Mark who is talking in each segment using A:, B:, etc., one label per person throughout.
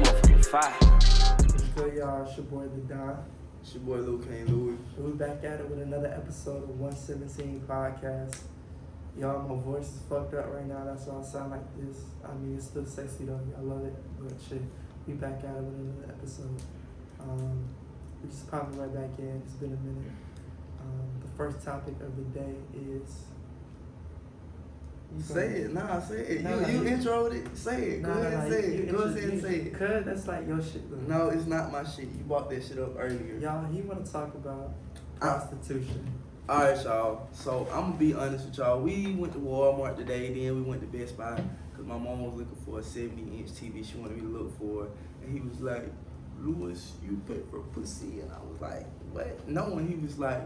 A: fire.
B: What's good, y'all? It's your boy, The Don.
C: It's your boy Lil Kane Louis.
B: And we back at it with another episode of 117 Podcast. Y'all, my voice is fucked up right now. That's why I sound like this. I mean, it's still sexy, though. I love it. But shit, we back at it with another episode. Um, we just popping right back in. It's been a minute. Um, the first topic of the day is.
C: You say it, nah, say it.
B: Nah,
C: you
B: nah,
C: you
B: you-
C: introed it, say it. Go ahead and say it. Go ahead and say it.
B: Cuz that's like your shit, though.
C: No, it's not my shit. You bought that shit up earlier.
B: Y'all, he want to talk about
C: I-
B: prostitution.
C: All right, y'all. So I'm gonna be honest with y'all. We went to Walmart today. Then we went to Best Buy because my mom was looking for a 70 inch TV. She wanted me to look for, and he was like, "Lewis, you pay for pussy," and I was like, "What?" No, and he was like,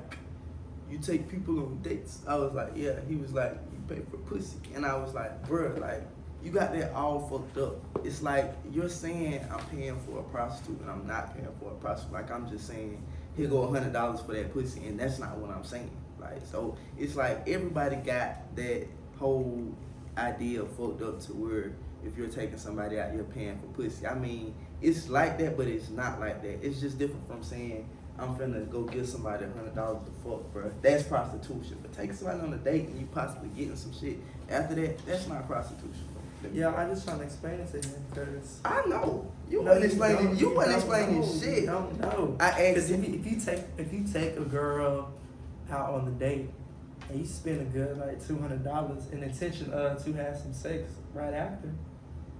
C: "You take people on dates." I was like, "Yeah." He was like, "You pay for pussy," and I was like, "Bruh, like." You got that all fucked up. It's like you're saying I'm paying for a prostitute and I'm not paying for a prostitute. Like I'm just saying here go a hundred dollars for that pussy, and that's not what I'm saying. Like, so it's like everybody got that whole idea fucked up to where if you're taking somebody out, you're paying for pussy. I mean, it's like that, but it's not like that. It's just different from saying I'm finna go give somebody a hundred dollars to fuck, bro. That's prostitution. But taking somebody on a date and you possibly getting some shit after that, that's not prostitution.
B: Yeah, I just trying to explain it to him because
C: I know you
B: No,
C: wasn't explaining.
B: don't.
C: You wasn't
B: don't
C: explaining
B: know.
C: shit.
B: You don't know.
C: I
B: Because
C: asked
B: if you, if you take if you take a girl out on the date and you spend a good like two hundred dollars in intention of to have some sex right after,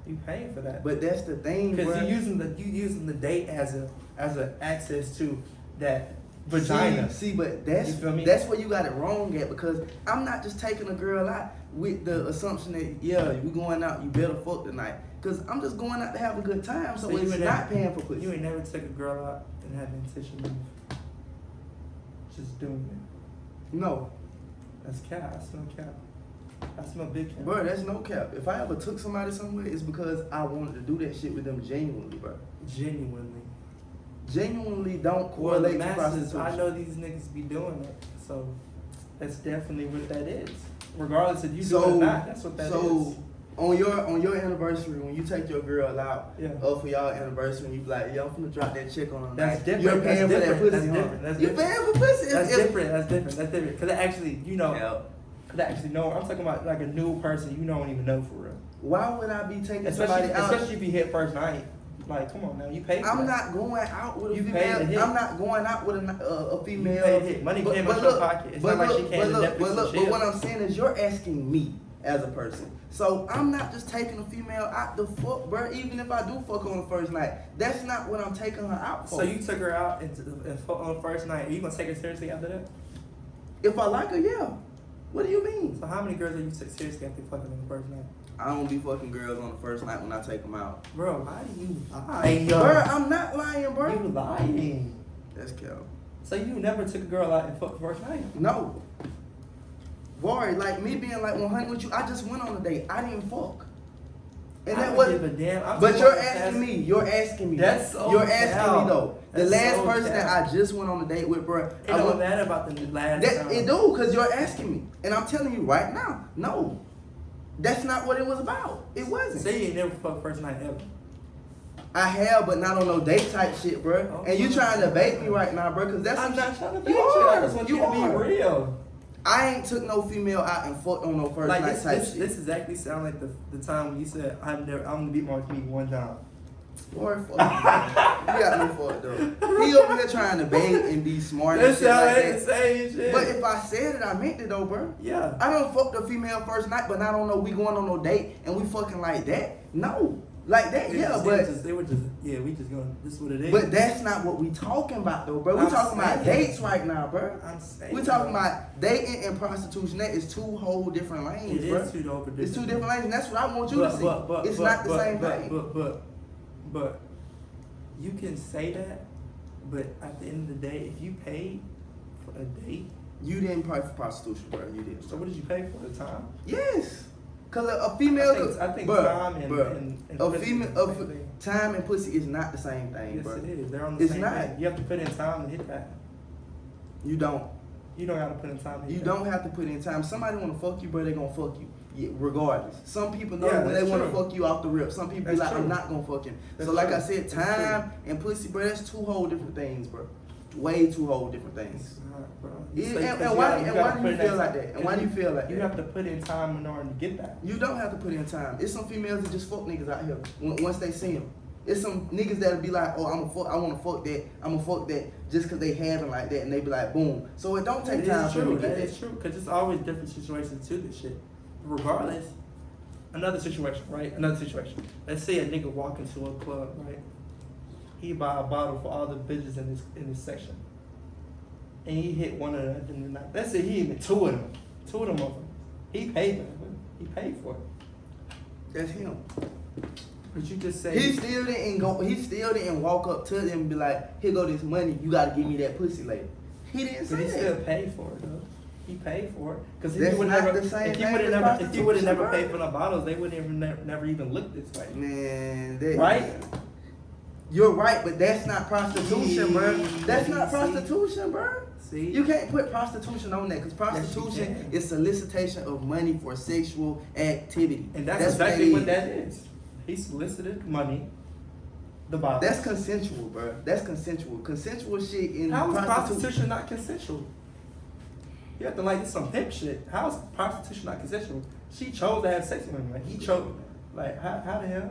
B: you paying for that.
C: But that's the thing,
B: Because
C: bruh.
B: you using the you using the date as a as a access to that vagina.
C: See, see, but that's
B: You feel me?
C: that's where you got it wrong at because I'm not just taking a girl out with the assumption that yeah we going out you better fuck tonight because I'm just going out to have a good time so,
B: you
C: it's
B: ain't
C: not
B: never-
C: paying for pussy.
B: You ain't never took a girl out and had an intention of just doing it.
C: no,
B: That's cap. I smell cap. I smell big cap.
C: bro, that's no cap. If I ever took somebody somewhere, it's because I wanted to do that shit with them genuinely, bro.
B: Genuinely.
C: Genuinely don't
B: Well, the
C: correlate to
B: masses,
C: prostitution.
B: I know these niggas be doing it, so that's definitely what that is. Regardless if you do it
C: So,
B: or not, that's what that is.
C: so on your on your anniversary when you take your girl out,
B: Yeah.
C: oh for y'all anniversary, you be like, yo, I'm finna drop that chick on her.
B: That's
C: night.
B: different,
C: You're
B: that's
C: paying
B: different,
C: for that
B: that's
C: pussy. huh?
B: different, that's
C: You're
B: different.
C: paying for pussy. It's-
B: That's
C: it's-
B: different. That's different. That's different. Cause actually, you know,
C: Yeah.
B: cause actually, no, I'm talking about like a new person you don't even know for real.
C: Why would I be taking
B: Especially,
C: somebody out?
B: especially if you hit first night. Like, come on now, you paid. For
C: I'm
B: that.
C: not going out with a
B: You paid
C: female.
B: to hit.
C: I'm not going out with a, uh, a
B: You
C: female.
B: paid hit. Money
C: But-
B: came
C: but
B: out your
C: look,
B: pocket. It's
C: but
B: not like she
C: look,
B: came
C: but
B: to
C: look,
B: Netflix
C: But
B: and
C: look, but
B: chill.
C: what I'm saying is you're asking me as a person. So I'm not just taking a female out the fuck, bro. Even if I do fuck on the first night, that's not what I'm taking her out for.
B: So you took her out and, and fu- on first night. Are you gonna take her seriously after that?
C: if I like her, yeah. What do you mean?
B: So how many girls are you took seriously after fucking on the first night?
C: I don't be fucking girls on the first night when I take them out.
B: Bro, why do you lie?
C: Bro, I'm not lying, bro.
B: You lying.
C: That's cow.
B: So you never took a girl out and fucked first night?
C: No. Rory, like me being like 100 with you, I just went on a date. I didn't fuck. And
B: I
C: that
B: don't give a
C: was.
B: damn. I'm
C: But
B: just
C: you're
B: like,
C: asking
B: that's-
C: me. You're asking me.
B: That's so
C: You're asking
B: foul.
C: me though. The
B: That's
C: last
B: so
C: person that
B: foul.
C: I just went on a date with, bro.
B: It
C: I
B: don't
C: went,
B: matter about the last
C: that,
B: time.
C: it do, cause you're asking me, and I'm telling you right now, no, that's not what it was about. It wasn't.
B: Say you ain't never fucked first night ever.
C: I have, but not on no date type shit, bruh.
B: Oh.
C: and you trying to bait me right now, bruh, because that's
B: I'm
C: some
B: not
C: shit-
B: trying to
C: you.
B: you. I
C: are.
B: just want
C: you
B: you, to
C: are.
B: be real.
C: I ain't took no female out and fucked on no first
B: like
C: night
B: this,
C: type
B: this,
C: shit.
B: this exactly sound like the, the time when you said I'm never I'm gonna beat my meat one time.
C: Boy, fuck you. man. you got me fucked up. He over here trying to bait and be smart and
B: That
C: shit
B: sound
C: like
B: like the
C: that.
B: same shit.
C: But if I said it, I meant it though, bruh.
B: yeah.
C: I don't fuck the female first night, but I don't know we going on no date and we fucking like that. No, like that,
B: They
C: yeah,
B: just- they
C: but.
B: were just, they were just yeah we just going this is what it is.
C: But that's not what we talking about though, bro. We
B: I'm
C: talking about
B: saying.
C: dates right now, bro.
B: I'm saying
C: We talking about dating and prostitution. That is two whole different lanes,
B: it
C: bro.
B: is two dope.
C: it's two different lanes, and that's what I want you to see. it's not the
B: but,
C: same
B: but,
C: thing.
B: But, but but you can say that, but at the end of the day, if you paid for a date,
C: you didn't pay for prostitution, bro. You didn't.
B: so what did you pay for? The time.
C: Yes, cause a, a female,
B: I think- I think
C: bruh,
B: time and-
C: bruh,
B: and- and
C: a
B: pussy
C: female,
B: is the
C: a
B: same
C: f-
B: thing.
C: time and pussy is not the same thing,
B: Yes,
C: bro.
B: it is. They're on the
C: It's
B: same
C: not.
B: thing. You have to put in time to hit that.
C: You don't.
B: You don't gotta put in time.
C: You don't have to put in time. Somebody want to fuck you, bro. They gonna fuck you, yeah, regardless. Some people know
B: Yeah,
C: when they
B: that's
C: want to
B: true.
C: fuck you off the rip. Some people
B: That's
C: be like, I'm
B: true.
C: not gonna fuck him.
B: That's
C: so like
B: true.
C: I said,
B: That's true.
C: time and pussy, bro. That's two whole different things, bro. Way two whole different things.
B: It's not, bro.
C: Yeah,
B: It's
C: and-
B: like-
C: and
B: cause
C: why-
B: gotta-
C: and
B: gotta
C: why do
B: put
C: you
B: in
C: feel like
B: time.
C: that? And why do you feel like
B: You
C: that?
B: have to put in time in order to get that.
C: You don't have to put in time. It's some females that just fuck niggas out here on- once they see them. It's some niggas that'll be like, oh, I'm a fuck, I want to fuck that, I'm a fuck that, just cause they having like that, and they be like, boom. So it don't take
B: It
C: time
B: is
C: for them
B: true.
C: to get
B: That
C: that.
B: is true. Cause it's always different situations to this shit. Regardless, another situation, right? Another situation. Let's say a nigga walk into a club, right? He buy a bottle for all the bitches in his in his section, and he hit one of them. at the end of the night. Let's say he hit two of them, two of them over. He paid for it. He paid for it.
C: That's him.
B: But you just say
C: He still didn't go. He still didn't walk up to them and be like, "Here go this money. You gotta give me that pussy later." He didn't
B: But
C: say
B: he still
C: that.
B: paid for it though. He paid for it because he
C: That's
B: would
C: not
B: never.
C: the same
B: If he
C: thing
B: would have
C: as
B: never, if he would have
C: prostitution,
B: never
C: bro.
B: paid for the bottles, they would have never, never even looked this way.
C: Man, that,
B: Right?
C: You're right, but that's not prostitution, bro. That's not
B: See?
C: prostitution, bro.
B: See,
C: You can't put prostitution on that because
B: Yes, you
C: prostitution
B: can.
C: is solicitation of money for sexual activity.
B: and that's, exactly what
C: that is.
B: that is. He solicited money, the bottles.
C: That's consensual, bro. That's consensual. Consensual shit in
B: how is
C: prostitution.
B: prostitution not consensual? You have to like this some hip shit. How is prostitution not consensual? She chose to have sex with him. Like he chose. Like how, how the hell?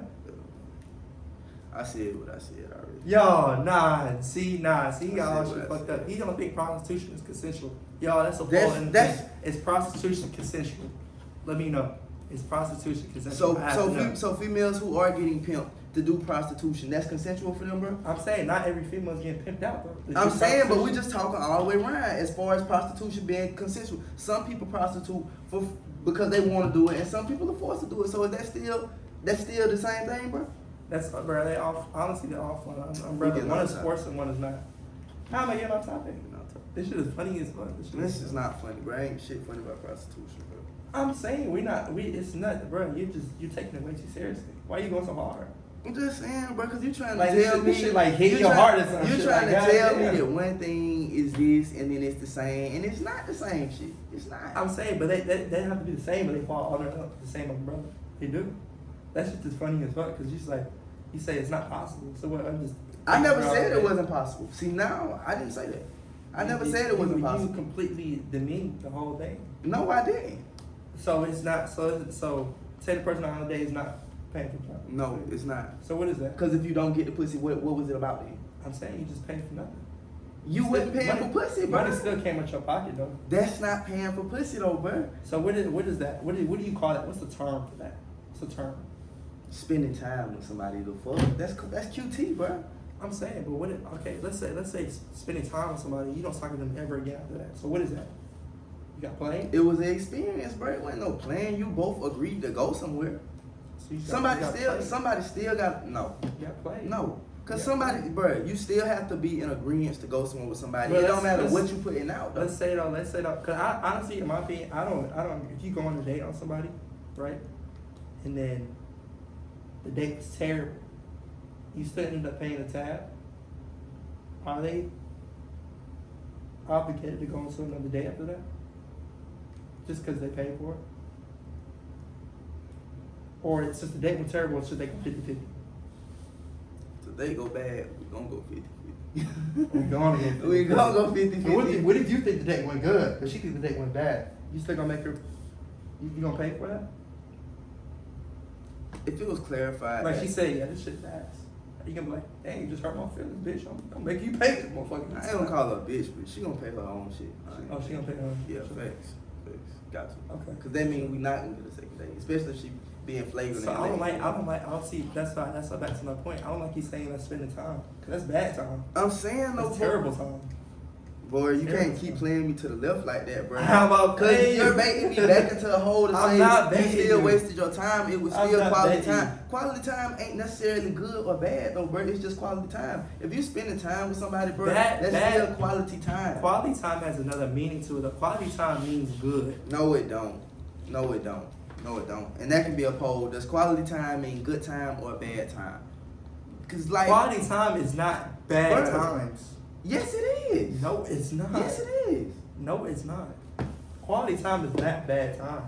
C: I said what I said already.
B: Y'all, nah, see, nah, see,
C: I
B: y'all
C: see
B: shit
C: what I
B: fucked
C: see.
B: up. He don't think prostitution is consensual. Y'all, that's a
C: That's-
B: fault. in the
C: that's-
B: thing. Is prostitution consensual? Let me know. Is prostitution consensual?
C: So,
B: I have
C: so,
B: to know.
C: fe- so females who are getting pimped to do prostitution, that's consensual for them, bro.
B: I'm saying not every female's getting pimped out, bro. It's
C: I'm
B: just
C: saying, but
B: prostitution.
C: we just talking all the way around as far as prostitution being consensual. Some people prostitute for because they want to do it, and some people are forced to do it. So is that still that's still the same thing, bro?
B: That's bro. They off. Honestly, they're off on. I'm, I'm
C: We
B: brother.
C: getting
B: One
C: off
B: is
C: topic.
B: sports and one is not. How am I getting off topic? This shit is funny as fuck. This shit
C: This is not funny, bro. Ain't shit funny about prostitution, bro.
B: I'm saying we not. We it's not, bro. You just you taking it way too seriously. Why you going so hard?
C: I'm just saying, bro, because you trying
B: Like,
C: to
B: this
C: tell
B: shit-
C: me
B: this shit, like, hit
C: you
B: your
C: try-
B: heart or some
C: You
B: shit,
C: trying
B: like,
C: to tell
B: goddamn.
C: me that one thing is this, and then it's the same, and it's not the same shit. It's not.
B: I'm saying, but they, they, they have to be the same, but they fall all up the same umbrella. They do. That's just as funny as fuck because you just like you say it's not possible. So what? I'm just.
C: I never
B: bro,
C: said it
B: like,
C: wasn't possible. See, now I didn't say that. I
B: you-
C: never
B: you-
C: said it wasn't
B: you,
C: possible.
B: You completely demeaned the whole thing.
C: No, I didn't.
B: So it's not. So it's- so say the person on holiday is not paying for property.
C: No, it's not.
B: So what is that?
C: Because if you don't get the pussy, what, what was it about then?
B: I'm saying you just paying for nothing.
C: You wasn't
B: Still-
C: paying
B: money-
C: for pussy, bro.
B: Money still came out your pocket though.
C: That's not paying for pussy though, bro.
B: So what is what is that? What do what do you call that? What's the term for that? What's the term?
C: Spending time with somebody to fuck. That's that's QT, bro.
B: I'm saying, but what? It, okay, let's say let's say spending time with somebody you don't talk to them ever again after that. So what is that? You got playing?
C: It was an experience, bro. It wasn't no plan. You both agreed to go somewhere.
B: So you got-
C: Somebody
B: you got
C: still,
B: played.
C: somebody still got no,
B: You got played.
C: no. Cause
B: Yeah.
C: somebody, bro, you still have to be in agreement to go somewhere with somebody.
B: Well,
C: it
B: let's-
C: don't matter
B: let's-
C: what you putting out. Though.
B: Let's say though, let's say though, cause I honestly, in my opinion, I don't, I don't. If you go on a date on somebody, right, and then the date's terrible, you still end up paying the tab. Are they obligated to go on to another date after that? Just because they paid for it, or it's just the date was terrible, should they go 50-50?
C: So they go bad. We gonna go 50
B: We gonna go 50-50.
C: We gonna go 50
B: And What if, what if you think the date went good, but she think the date went bad? You still gonna make her? You, you gonna pay for that?
C: If it was clarified,
B: Like she said, yeah, this shit ass. You gonna be like, dang, you just hurt my feelings, bitch. I'm, I'm making you pay this motherfucker.
C: I ain't gonna call her a bitch, but she gonna pay her own shit.
B: Oh, she gonna pay her.
C: Yeah, facts, facts. Got to.
B: Okay.
C: Cause that mean we not gonna get a second date, especially if she being flagrant.
B: So
C: and
B: I don't like,
C: everything.
B: I don't like, I'll see, that's why, that's why, back to my point. I don't like you saying that's spending time. Cause that's bad time.
C: I'm saying no
B: That's terrible time.
C: Boy, you
B: Terrible.
C: can't keep playing me to the left like that, bro.
B: How about
C: Cause
B: playing?
C: you're baiting me back into a hole to
B: I'm
C: say
B: not
C: you
B: baiting
C: still
B: you.
C: wasted your time. It was
B: I'm
C: still
B: not
C: quality
B: baiting
C: time. Quality time ain't necessarily good or bad though, bro. It's just quality time. If you spending time with somebody, bro,
B: That-
C: that's
B: that-
C: still quality time.
B: Quality time has another meaning to it. The quality time means good.
C: no, it don't. No, it don't. No, it don't. And that can be a poll. Does quality time mean good time or bad time? Cause like,
B: Quality time is not bad
C: Bruh.
B: times.
C: yes, it is.
B: No, it's not.
C: Yes, it is.
B: No, it's not. Quality time is not bad time.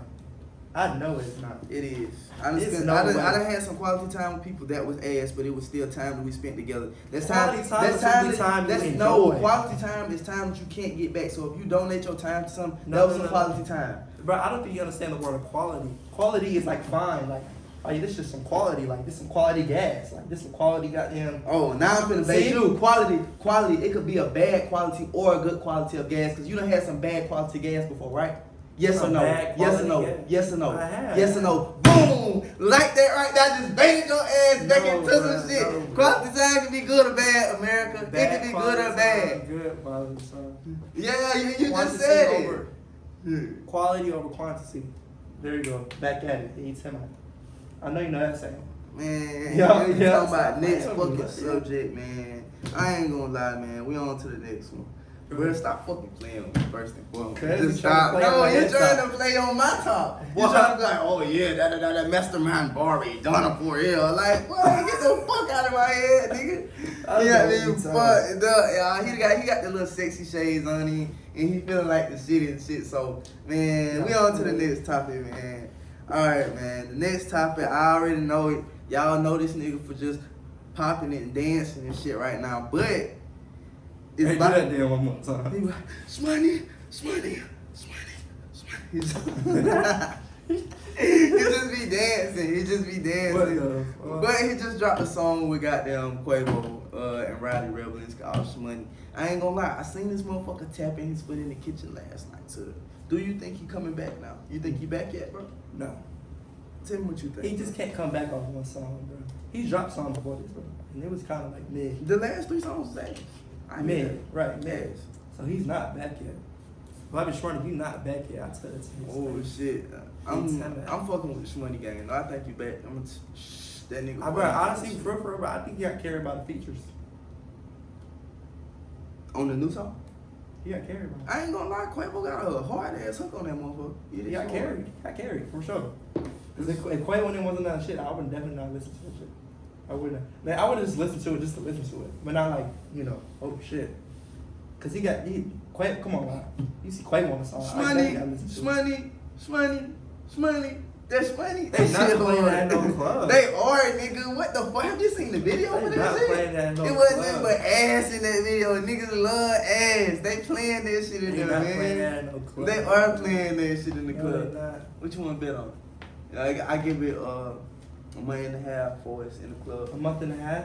B: I know it's not.
C: It is. I done,
B: It's
C: spent,
B: no
C: I, done, I
B: way.
C: done had some quality time with people that was ass, but it was still time that we spent together. That's
B: Quality
C: time.
B: time
C: That's
B: should be
C: that-
B: time you
C: that's no
B: enjoy.
C: quality time is time that you can't get back. So if you donate your time to something,
B: No,
C: that was
B: no,
C: some
B: no.
C: quality time.
B: Bro, I don't think you understand the word quality. Quality is like fine, like, oh yeah, this just some quality, like this some quality gas, like this some quality goddamn.
C: Oh, now I'm finna
B: See?
C: say you quality, quality. It could be a bad quality or a good quality of gas because you done had some bad quality gas before, right? Yes or
B: Some
C: no?
B: bad
C: Yes or no?
B: quality gas.
C: Yes or no?
B: I have.
C: Yes or no? Boom! Like that right now, just banged your ass back
B: No,
C: into
B: bruh,
C: some shit.
B: no, bruh.
C: quality time can be good or bad, America. it can be good or
B: quality
C: bad.
B: time, Good quality time.
C: Yeah, you, you just
B: Quantity
C: said it.
B: over- Quality over quantity. There you go. Back at it. Eat him out. I know you know that saying.
C: Man,
B: Yeah,
C: you
B: yeah.
C: talking about next
B: I don't
C: fucking
B: know.
C: subject, man. I ain't gonna lie, man. We on to the next one. Bro, stop fucking playing with me first and foremost.
B: Cause
C: Just
B: you tryna
C: stop.
B: play
C: No,
B: on my
C: you're
B: head
C: trying
B: top.
C: to play on my top. you
B: What?
C: trying to be like, oh yeah, da da da da, Mastermind Barbie, Donna Poirier. Like, what? Get the fuck out of my head, nigga.
B: I
C: Yeah,
B: know
C: man,
B: what you're
C: fuck. Duh, yeah, he got he got the little sexy shades on him, and he feeling like the shit and shit. So, man, we on to the next topic, man. All right, man. The next topic, I already know it. Y'all know this nigga for just popping it and dancing and shit right now, but it's
B: Hey, do
C: about-
B: that damn one more
C: he
B: time.
C: was Swanee, Swanee, Swanee, Swanee. He just, he just be dancing. He just be
B: What
C: dancing.
B: the fuck?
C: But he just dropped a song with goddamn Quavo uh, and Roddy Rebel. It's called Swanee. I ain't gonna lie. I seen this motherfucker tapping his foot in the kitchen last night too. Do you think he coming back now? You think he back yet, bro?
B: No.
C: Tell me what you think.
B: He just can't come back off one song, bro. He dropped songs before this, bro. And it was kind of like mid.
C: the last three songs was ass. I mean,
B: Mid, right, mid.
C: ass.
B: So he's not back yet. Bobby Schmurda, you not back yet. I tell it to his
C: Oh
B: face.
C: shit! I'm
B: Anytime, man.
C: I'm fucking with the Shmoney gang. I think you bet. I'm gonna t- shh, that nigga.
B: I, bro, honestly, for real, for real, bro, I think he got carried by the features.
C: on the new song,
B: He got carried by.
C: I ain't gonna lie. Quavo got a hard ass hook on that motherfucker. Yeah,
B: He got carried. He got carried for sure. 'Cause if, if Quavo didn't wasn't that shit, I would definitely not listen to that shit. I wouldn't. Like, I would just listen to it just to listen to it, but not like you know, oh shit. Cause he got he Quavo. Come on, man. You see Quavo on the
C: Oh,
B: song. I definitely gotta
C: Shmoney,
B: listen to it.
C: Shmoney, Shmoney, Shmoney. That's Shmoney.
B: They
C: That
B: not
C: shit
B: playing
C: hard.
B: that in no club.
C: they are, nigga. What the fuck? Have you seen the video
B: They not
C: for that shit?
B: playing that in no
C: it wasn't
B: club.
C: but ass in that video. Niggas love ass. They playing that shit in
B: They
C: there,
B: not
C: man.
B: playing that in no club.
C: They are playing that shit in the
B: No,
C: club.
B: they not.
C: What you want to bet on? I, I give it uh, a month and a half for us in the
B: a
C: club.
B: month and a half.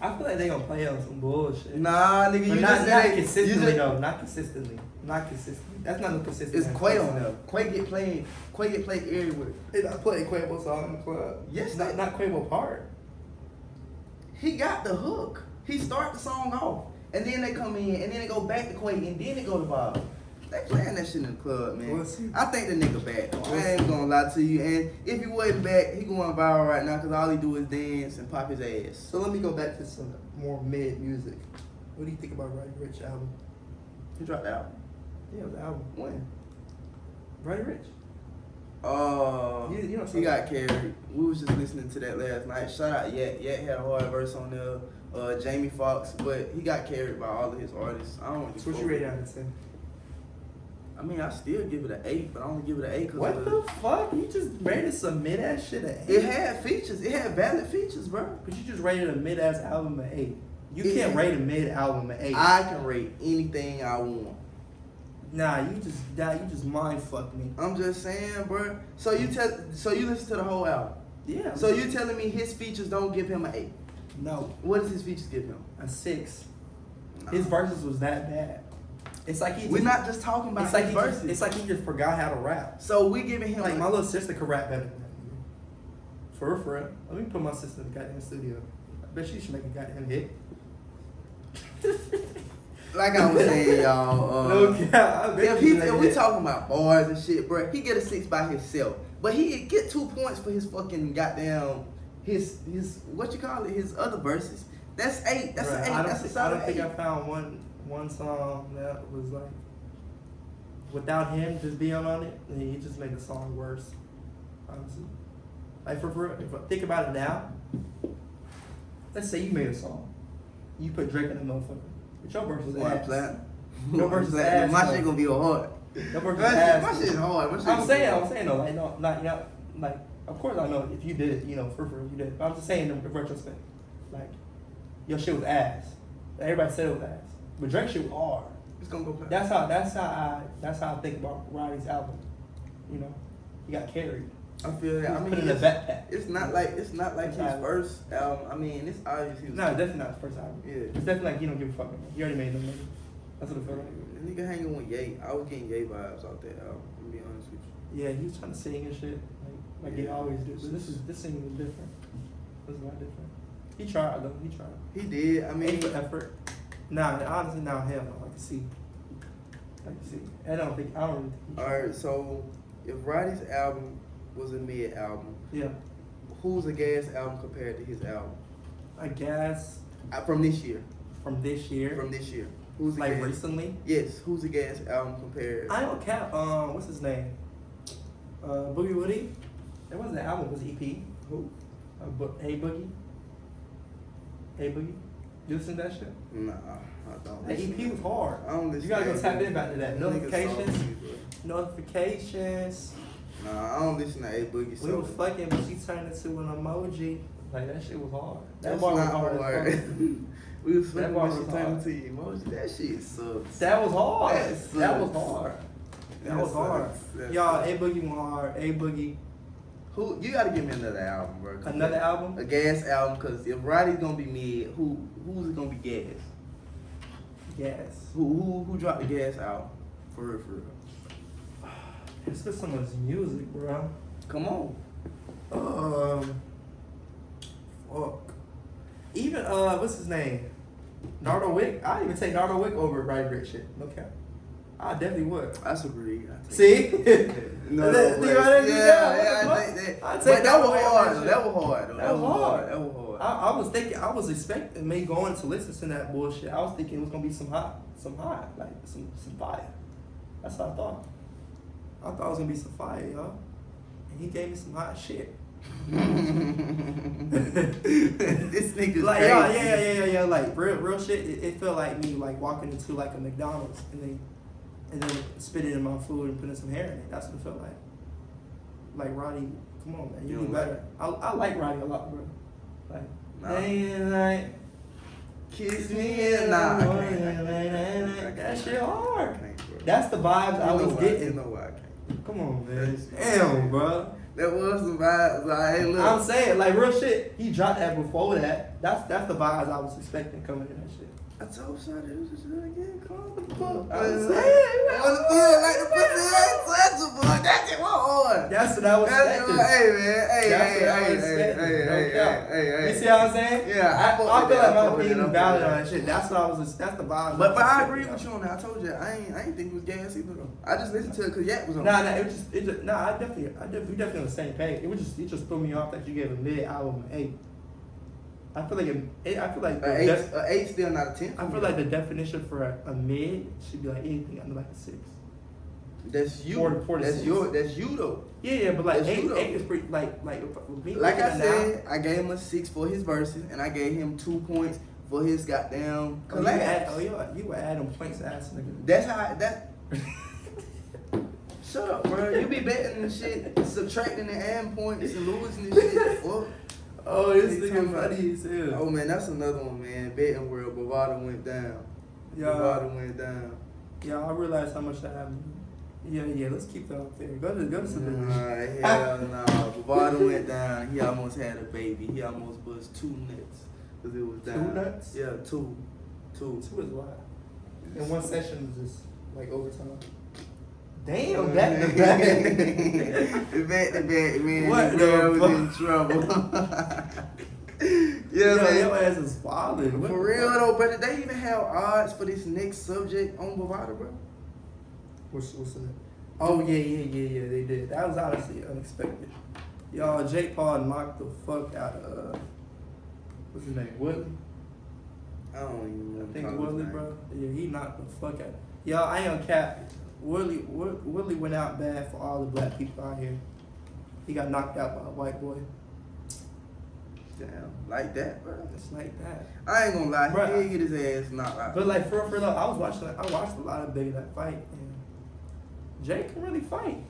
B: I feel like they gonna play on some bullshit.
C: Nah, nigga,
B: But
C: you
B: not,
C: just
B: not
C: said it.
B: consistently
C: you just,
B: though. Not consistently. Not consistently. That's not no consistent.
C: It's Quay on there. Quay get played. Quay get played everywhere.
B: I played Quavo song in the club.
C: Yes,
B: not
C: they-
B: not Quavo part.
C: He got the hook. He start the song off, and then they come in, and then they go back to Quay, and then they go to Bob. They playing that shit in the club, man.
B: Let's see.
C: I think the nigga back. I ain't gonna lie to you. And if he wasn't back, he going viral right now because all he do is dance and pop his ass.
B: So let me go back to some more mid music. What do you think about Roddy Rich album?
C: He dropped out.
B: Yeah, the album.
C: When?
B: Roddy Rich.
C: Oh,
B: You- you know what I'm
C: he got
B: saying?
C: carried. We was just listening to that last night. Shout out Yet. Yet had a hard verse on there. Uh, Jamie Foxx, but he got carried by all of his artists. I don't.
B: So what you rate it out of ten?
C: I mean, I still give it an eight, but I only give it an eight because
B: What the fuck? You just rated some mid ass shit an
C: it
B: eight.
C: had features. It had valid features, bro.
B: but you just rated a mid ass album an eight. You
C: It-
B: can't rate a mid album an eight.
C: I can rate anything I want.
B: Nah, you just nah, you just mind fucked me.
C: I'm just saying, bro. So you tell, so you listen to the whole album.
B: Yeah.
C: So you telling me his features don't give him an eight?
B: no
C: What does his features give him?
B: a six.
C: Nah.
B: His verses was that bad. It's like he.
C: We're
B: just-
C: not just talking about
B: It's like
C: his
B: he.
C: verses.
B: Just, it's like he just forgot how to rap.
C: so we giving him
B: Like
C: an
B: my little sister could rap better than that. nigga. For real, for real. Let me put my sister in the goddamn studio. I bet she should make a goddamn hit.
C: Like I was saying, y'all. Uh,
B: no cap. I bet
C: If,
B: she
C: he,
B: should make
C: if
B: a
C: we
B: hit.
C: talking about bars and shit, bruh, he get a six by himself, but he could get two points for his fucking goddamn his his what you call it his other verses. That's eight. That's
B: Bruh,
C: an
B: I
C: eight.
B: don't,
C: That's a
B: thi- I
C: solid
B: don't
C: eight.
B: think I found one one song that was like without him just being on it, and he just made the song worse. Honestly, like for, for if I think about it now, let's say you made a song, you put Drake in the motherfucker, but your verse was
C: One
B: ass.
C: platinum.
B: Your verse is ass,
C: my
B: though.
C: shit gonna be hard.
B: That verse is
C: My shit, my
B: ass.
C: shit is hard. My shit
B: I'm
C: gonna be
B: saying,
C: hard.
B: I'm saying though, like no, not not like. Of course, I know if you did it, you know, for for you did. it. But I'm just saying in retrospect, like your shit was ass. Everybody said it was ass, but Drake shit was hard.
C: It's gonna go fast.
B: That's how that's how I that's how I think about Roddy's album. You know, he got carried.
C: I feel that.
B: He was
C: I mean,
B: put in a
C: it's,
B: backpack.
C: it's not like it's not like
B: It's
C: his
B: not-
C: first album. I mean, it's obvious he was.
B: No, definitely not his first album.
C: Yeah.
B: It's definitely like you don't give a fuck. no more. You already made the money. That's what it felt like.
C: The nigga hanging with Ye. I was getting Ye vibes out that album. To be honest with you.
B: Yeah, he was trying to sing and shit, like like he
C: Yeah.
B: always do. But this is this thing was different. This is not different. He tried though. He tried.
C: He did. I
B: I mean,
C: mean,
B: for effort. Nah, honestly, now hell no. I can see. I can see. I don't think I don't. Really think he
C: all
B: tried.
C: right. So, if Roddy's album was a mid album,
B: Yeah,
C: who's a gas album compared to his album
B: I guess
C: uh, from this year?
B: from this year,
C: From this year, who's a
B: like
C: gas?
B: recently.
C: Yes, who's a gas album compared?
B: I don't cap. Um, what's his name? Uh, Boogie Woody. It wasn't an album. It was an EP.
C: Who?
B: Uh, but Hey Boogie. Hey Boogie. You listen to that shit?
C: Nah, I don't.
B: That
C: listen.
B: EP was hard.
C: I don't listen.
B: You gotta go
C: to
B: tap
C: A-Boogie.
B: in back to that.
C: Nigga soft
B: Notifications.
C: as hell.
B: Notifications.
C: Nah, I don't listen to A Boogie.
B: We
C: So
B: were fucking, but she turned into an emoji. Like that shit was hard.
C: That's
B: That bar was
C: not
B: hard.
C: hard.
B: as fuck.
C: we was
B: That
C: fucking
B: bar
C: when she
B: was
C: turned
B: hard.
C: into emoji. E That shit sucks.
B: That was hard.
C: That
B: That,
C: sucks.
B: was hard. That
C: That
B: was hard.
C: sucks. That
B: Y'all,
C: sucks.
B: A Boogie went hard. A Boogie,
C: Who you gotta give me another album, bro? 'cause
B: Another
C: that-
B: album?
C: a gas album. Cause if Roddy's gonna be mid, who who's it gonna be gas?
B: yes.
C: Who who who dropped the gas album? For real, for real.
B: It's just someone's music, bro.
C: Come on.
B: Um, fuck. Even uh, what's his name? Nardo Wick. I would even take Nardo Wick over Roddy Rich shit. No cap. I definitely would.
C: That's a read. I take
B: See?
C: that. no, no,
B: See
C: but-
B: what I did
C: yeah,
B: there?
C: yeah,
B: What the
C: I think that.
B: fuck? I
C: But
B: take
C: that
B: that
C: was
B: away
C: hard.
B: from
C: though.
B: that shit.
C: That was hard. though.
B: That was hard.
C: That was
B: I,
C: hard.
B: I was thinking, I was expecting me going to listen to that bullshit. I was thinking it was gonna be some hot, some hot, like some some fire. That's what I thought. I thought it was gonna be some fire, y'all. And he gave me some hot shit.
C: this nigga's
B: like
C: crazy.
B: yeah, yeah, yeah, yeah, yeah. Like real, real shit. It, it felt like me like walking into like a McDonald's and then and then spitting in my food and putting some hair in it. That's what it felt like. Like Roddy, come on, man, you, do
C: You don't like
B: better. I, I like Roddy a lot, bro. Like,
C: Nah.
B: ain't like
C: Kiss me and nah. I can't, I can't, I can't, I can't.
B: That shit
C: I
B: hard.
C: can't, bro.
B: That's the vibes I
C: You know
B: was
C: why- You
B: getting.
C: know why I can't.
B: Come on, man.
C: That's-
B: Damn, bro.
C: That was the vibes. Like, hey, look.
B: I'm saying, like, real shit. He dropped that before that. That's that's the vibes I was expecting coming in that shit.
C: I told Shawty this is good again. Call the fuck.
B: I'm saying,
C: On the field, like the pussy ain't touchable. That's it. What on?
B: That's what I was
C: That's
B: expecting.
C: what, hey man, hey,
B: That's
C: hey,
B: what I
C: hey, hey,
B: was
C: hey,
B: expecting. No
C: hey, hey,
B: doubt.
C: hey, hey.
B: You see what I'm saying?
C: Yeah, I
B: I, I, feel
C: fuck with that.
B: like
C: I fuck
B: my
C: with
B: opinion is
C: that. I fuck
B: valid
C: with
B: on
C: that.
B: that shit. That's what I was. That's the vibe.
C: But, but I agree with you on that. I told you, I ain't, I ain't think it was gas either though. I just listened to it cause Yak was on.
B: Nah, nah, it was just, it just, nah. I definitely, I definitely, we definitely on the same page. It was just, it just put me off that you gave a mid album an eight. I feel like it, it, I feel like
C: A
B: the
C: eight,
B: def-
C: a eight still not a ten.
B: I feel like the definition for a, a mid should be like anything under like a six.
C: that's you.
B: Four- four to
C: that's
B: six.
C: your. That's you though.
B: Yeah, yeah, but like
C: That's
B: eight,
C: you, though.
B: eight is pretty like like with me.
C: Like I
B: looking at it now-
C: said, I gave him a six for his verses, and I gave him two points for his goddamn
B: oh, you add,
C: collab.
B: oh you, you were adding points, ass nigga.
C: That's how. I- That. Shut up, bro. You be betting and shit, subtracting the and points and losing and shit. Fuck.
B: Oh, this
C: He
B: nigga
C: talking about-
B: funny as hell.
C: Oh man, that's another one, man. Betting world, Bavada went down.
B: Yeah,
C: Bavada went down.
B: yeah, I realized how much that happened. Yeah, yeah, let's keep that up there. Go to go to
C: Nah,
B: the
C: hell no. Bavada went down. He almost had a baby. He almost bust two nuts because it was down.
B: nuts?
C: Yeah, two, two.
B: Two is wild. And one session was just like overtime. Damn, back to back.
C: back to back, man.
B: What
C: What
B: the
C: was in trouble. yeah,
B: Yo,
C: man.
B: your ass is falling.
C: For real though, brother, they even have odds for this next subject on Bovada, bro.
B: What's, what's the name? Oh yeah, yeah, yeah, yeah. They did. That was honestly unexpected. Y'all, Jake Paul knocked the fuck out of uh, what's his name? Woodley.
C: I don't even know.
B: I think Woodley, bro. Yeah, he knocked the fuck out. Y'all, I ain't gonna cap. Woodley, Wood- Woodley went out bad for all the black people out here. He got knocked out by a white boy.
C: Damn, like that, bro.
B: It's like that.
C: I ain't gonna lie,
B: Bruh.
C: he did get his ass knocked out.
B: But like for real, for real, I was watching. I watched a lot of Big that fight, and Jay can really fight.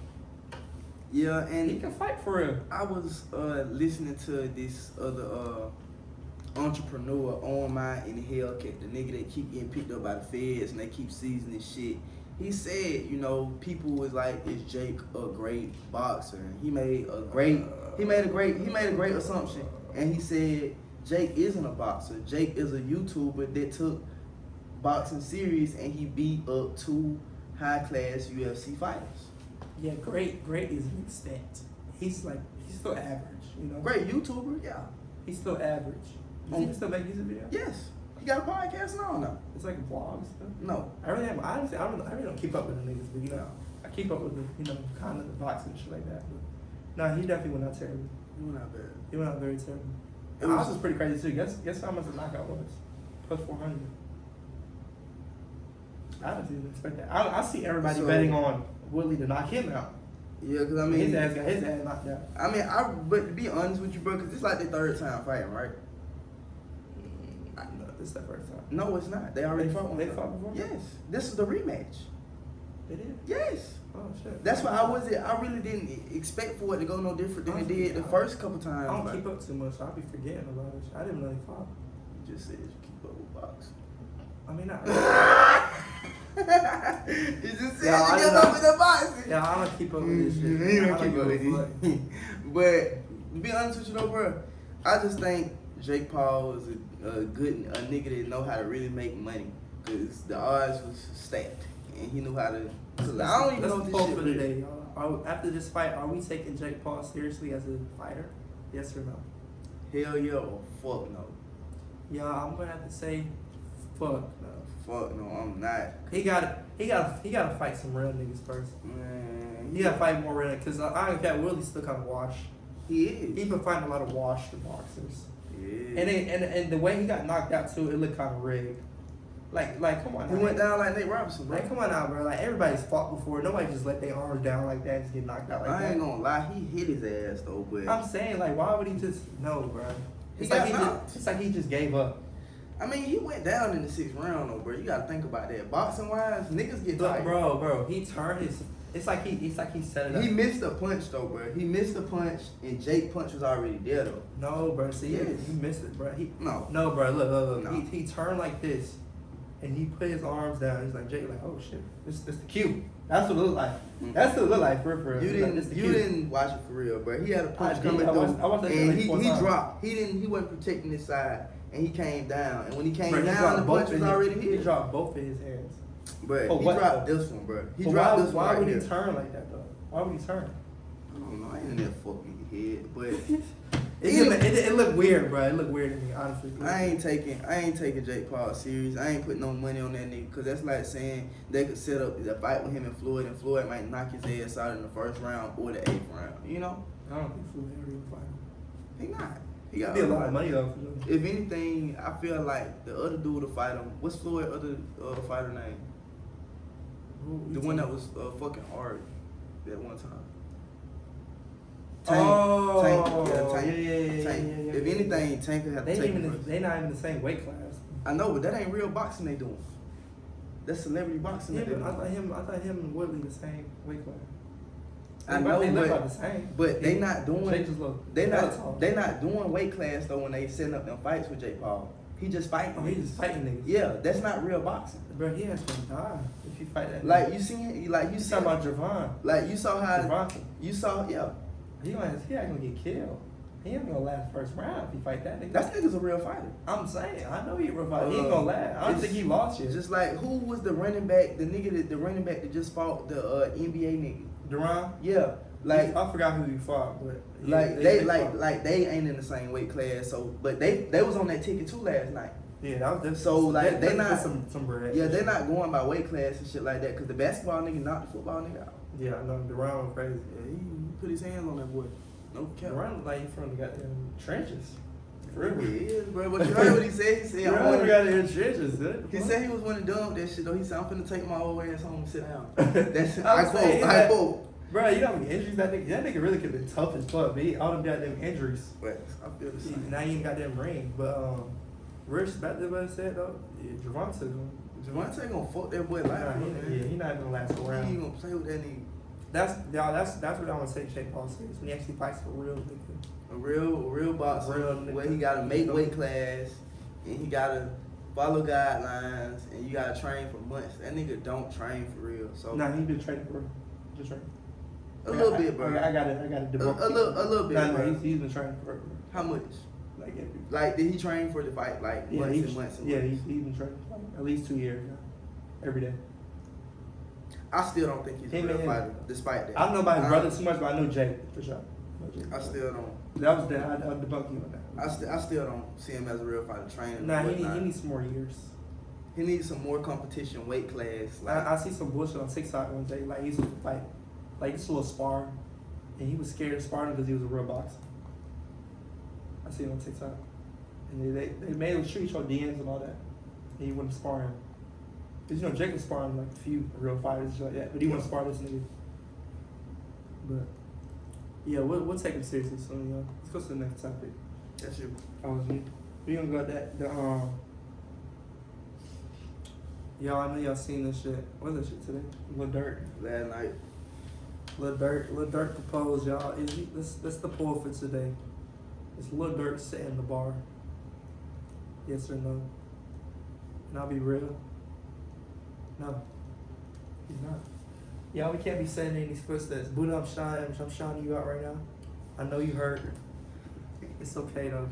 C: yeah, and
B: He can fight for real.
C: I was uh, listening to this other uh, entrepreneur on my in Hellcat, the nigga that keep getting picked up by the feds and they keep seizing his shit. He said, you know, people was like, "Is Jake a great boxer?" And he made a great, he made a great, he made a great assumption, and he said, "Jake isn't a boxer. Jake is a YouTuber that took boxing serious and he beat up two high class UFC fighters."
B: Yeah, great. Great is an extent. He's like he's still average. You know,
C: Great YouTuber, yeah,
B: He's still average. You see
C: Um,
B: him still make music videos?
C: yes. He got a podcast and all now.
B: It's like vlogs. Stuff.
C: No.
B: I really have. I honestly, I don't. I really don't keep up with the niggas, but you know, I keep up with the you know kind of the boxing and shit like that. But no, he definitely went out terrible.
C: You not bad.
B: He went out very terrible.
C: It
B: And ours
C: was,
B: was pretty crazy too. Guess guess how much the knockout was? Plus four hundred. I didn't even expect that. I, I see everybody
C: So-
B: betting on Willie to knock him out.
C: yeah, because I
B: I mean, his
C: mean,
B: ass got his ass knocked out.
C: I mean, I but to be honest with you, bro, because it's like the third time fighting, right?
B: I know this is the first time.
C: No, it's not. They already
B: They-
C: fought one.
B: they
C: time.
B: fought before?
C: Yes, this is the rematch.
B: They did.
C: Yes,
B: Oh shit.
C: that's why I was. not I really didn't expect for it to go no different than it did the first couple
B: I
C: times.
B: don't
C: Like,
B: keep up too much. so I'll be forgetting a lot of shit. I didn't know they fought.
C: you Just said you keep up with boxing.
B: I mean, I,
C: you just said
B: Yeah, I
C: you keep
B: didn't
C: up
B: know.
C: with the boxing.
B: yeah, I don't keep up with this shit.
C: Mm, You
B: I
C: don't keep up
B: give a fuck.
C: with it. But to be honest with you though, bro, I just think Jake Paul is a, a good a nigga that know how to really make money because the odds was stacked and he knew how to. Cause I don't even
B: Let's
C: know what
B: vote
C: this
B: for
C: shit is.
B: today, y'all. Are, after this fight, are we taking Jake Paul seriously as a fighter? Yes or no?
C: Hell yeah, or fuck no,
B: Yeah, I'm gonna have to say, fuck no.
C: fuck no, I'm not.
B: He got he got he got to fight some real niggas first.
C: Man,
B: He got to fight more real niggas because I, I don't care. Willie's still kind of washed.
C: he is.
B: He been fighting a lot of washed boxers.
C: yeah.
B: And, it, and and the way he got knocked out too, it looked kind of rigged. Like like come on.
C: he
B: now.
C: went down like Nate Robinson, bro.
B: Like come on now, bro. Like everybody's fought before. Nobody just let their arms down like that and just get knocked out like
C: I
B: that.
C: ain't gonna lie, he hit his ass though, but
B: I'm saying like, why would he just no, bro?
C: He
B: It's
C: got
B: like he
C: knocked.
B: just, it's like he just gave up.
C: I mean, he went down in the sixth round, though, bro. You gotta think about that. Boxing wise, niggas get
B: But
C: tired.
B: bro, bro, he turned his. It's like he, it's like he set it up.
C: He missed a punch, though, bro. He missed a punch, and Jake punch was already there, though.
B: no, bro, see, he-
C: Yes.
B: he, missed it, bro. He
C: No.
B: no, bro, look, look, look.
C: No.
B: He, he turned like this, and he put his arms down. He's like Jake, like oh shit, this this the cue. That's what it looked like.
C: Mm.
B: That's what it looked like for real, for
C: You
B: real. He's like,
C: didn't.
B: this the
C: You
B: cue.
C: didn't watch it for real, bro. He had a punch
B: I did.
C: coming
B: I
C: through,
B: watched- I watched that shit
C: and
B: like
C: he,
B: four
C: he
B: times.
C: dropped. He didn't. He wasn't protecting his side, and he came down. And when he came
B: Bro, he
C: down,
B: dropped
C: the
B: both
C: punch
B: in
C: was
B: his-
C: already
B: He
C: here.
B: dropped both of his hands.
C: But
B: Oh,
C: he
B: what?
C: dropped this one, bro. He
B: But
C: dropped
B: why,
C: this
B: why
C: one right
B: would
C: here.
B: he turn like that though? Why would he turn?
C: I don't know. I ain't in that fucking head, but.
B: It,
C: Either-
B: just look- it, it looked weird, bro. It looked weird to me, honestly.
C: I ain't taking I ain't taking Jake Paul serious. I ain't putting no money on that nigga because that's like saying they could set up a fight with him and Floyd, and Floyd might knock his ass out in the first round or the eighth round. You know,
B: I don't think Floyd ever gonna fight him.
C: he not. He
B: It'd
C: got
B: be a lot of money though. For them.
C: If anything, I feel like the other dude to fight him. What's Floyd other uh, fighter name? The one that was uh, fucking hard that one time. Tank,
B: Oh,
C: Tank, yeah, Tank,
B: yeah, yeah, yeah,
C: Tank.
B: yeah, yeah,
C: If
B: yeah.
C: anything, Tank could have
B: They
C: to
B: ain't
C: take
B: even.
C: him
B: The,
C: first.
B: they not even the same weight class.
C: I know, but that ain't real boxing they doing. That's celebrity boxing.
B: Yeah,
C: that they
B: but I
C: doing.
B: thought him. I thought him and Woodley the same weight class.
C: I
B: They-
C: know,
B: they look
C: but-
B: about the same.
C: But they not
B: Jake
C: doing
B: just look.
C: they
B: that's all.
C: not they not doing weight class though when they setting up them fights with Jake Paul. He just fighting.
B: Oh, he just fighting niggas.
C: Yeah, that's not real boxing.
B: Bro, he has to die if you fight that.
C: Like
B: nigga.
C: you seen like you
B: you
C: seen
B: talking about Javon?
C: like you saw how
B: Javon,
C: you saw yeah.
B: he gonna he ain't gonna get killed. He ain't gonna last first round if you fight that nigga.
C: That nigga's a real fighter.
B: I'm saying, I know he revived. he
C: Uh,
B: ain't gonna last. I don't
C: it's
B: think he lost yet. Just
C: Just like who was the running back the nigga that the running back that just fought the uh, NBA nigga.
B: Duran.
C: Yeah. Like
B: I forgot who he fought, but he-
C: like they, like
B: fought.
C: like they ain't in the same weight class so but they they was on that ticket too last night.
B: yeah, that was that's-
C: so, like,
B: that-
C: they
B: that's
C: not-
B: some some bread.
C: Yeah, they're not going by weight class and shit like that because the basketball nigga knocked the football nigga out.
B: Yeah, no, Duran was crazy.
C: Yeah, he, he put his hands on that boy. No cap.
B: Duran like he from the goddamn trenches. For
C: Yeah,
B: real.
C: he is, bro. But you heard what he said? He said, I'm
B: Duran from the
C: gonna,
B: goddamn trenches, dude.
C: he said he was wanna dumb with that shit though. He said, I'm finna take my old ass home and sit down.
B: I'm
C: That's I quote.
B: saying
C: I
B: that-
C: quote.
B: Bro, you know how many injuries that nigga? That nigga really could have been tough as fuck, man. All them goddamn injuries.
C: But I feel the same.
B: Now you ain't got that ring. But um, Rich, back to what I said though, yeah, Javon took him.
C: Javante gonna fuck that boy
B: Nah,
C: life up,
B: he- yeah,
C: man.
B: he not even gonna last
C: He ain't
B: around.
C: gonna play with that nigga.
B: That's now that's that's what I want to say. Jake Paul says when he actually fights for real nigga.
C: A real, a real boxer
B: Real nigga.
C: where he gotta make weight class and he gotta follow guidelines and you gotta train for months. That nigga don't train for real. So
B: Nah, he been training for just training.
C: a little bit, bro.
B: I, I got it. I got it.
C: A- a little- a little bit,
B: Nah, nah,
C: bro.
B: he's, he's been training for
C: How much?
B: like every.
C: Like did he train for the fight like
B: Yeah,
C: months
B: he's,
C: and months and
B: yeah,
C: months?
B: he's, he's been training for like at least two years now, every day.
C: I still don't think he's a
B: Him
C: real
B: and him.
C: fighter, despite that.
B: I don't know about his
C: I-
B: brother too much, but I know Jake for sure. I know Jake.
C: Uh, I still don't.
B: That was the I, I debunk you on that.
C: I, st- I still don't see him as a real fighter training.
B: nah,
C: or
B: he, need,
C: whatnot.
B: he needs some more years.
C: He needs some more competition weight class. Like
B: I, I see some bullshit on TikTok one day. Like he used to like, like this little spar, and he was scared of sparring because he was a real boxer. I see it on TikTok, and they they, they made him treat your DMs and all that. And he wouldn't spar him. Cause you know Jake was sparring like a few real fighters and shit like that, but he wouldn't spar this nigga. But yeah, we'll, we'll take him seriously soon, y'all. Let's go to the next topic.
C: that's your
B: That was me. We gonna go that the um. Y'all, I know y'all seen this shit. What's that shit today? Lil Durk.
C: last night.
B: Lil Durk. Lil Durk proposed, y'all. Is he, this that's the poll for today? Is Lil Durk sitting in the bar? Yes or no? And I'll be real. No. He's not. Y'all, we can't be setting in these footsteps. Buddha, I'm shining. I'm shining you out right now. I know you hurt. It's okay though.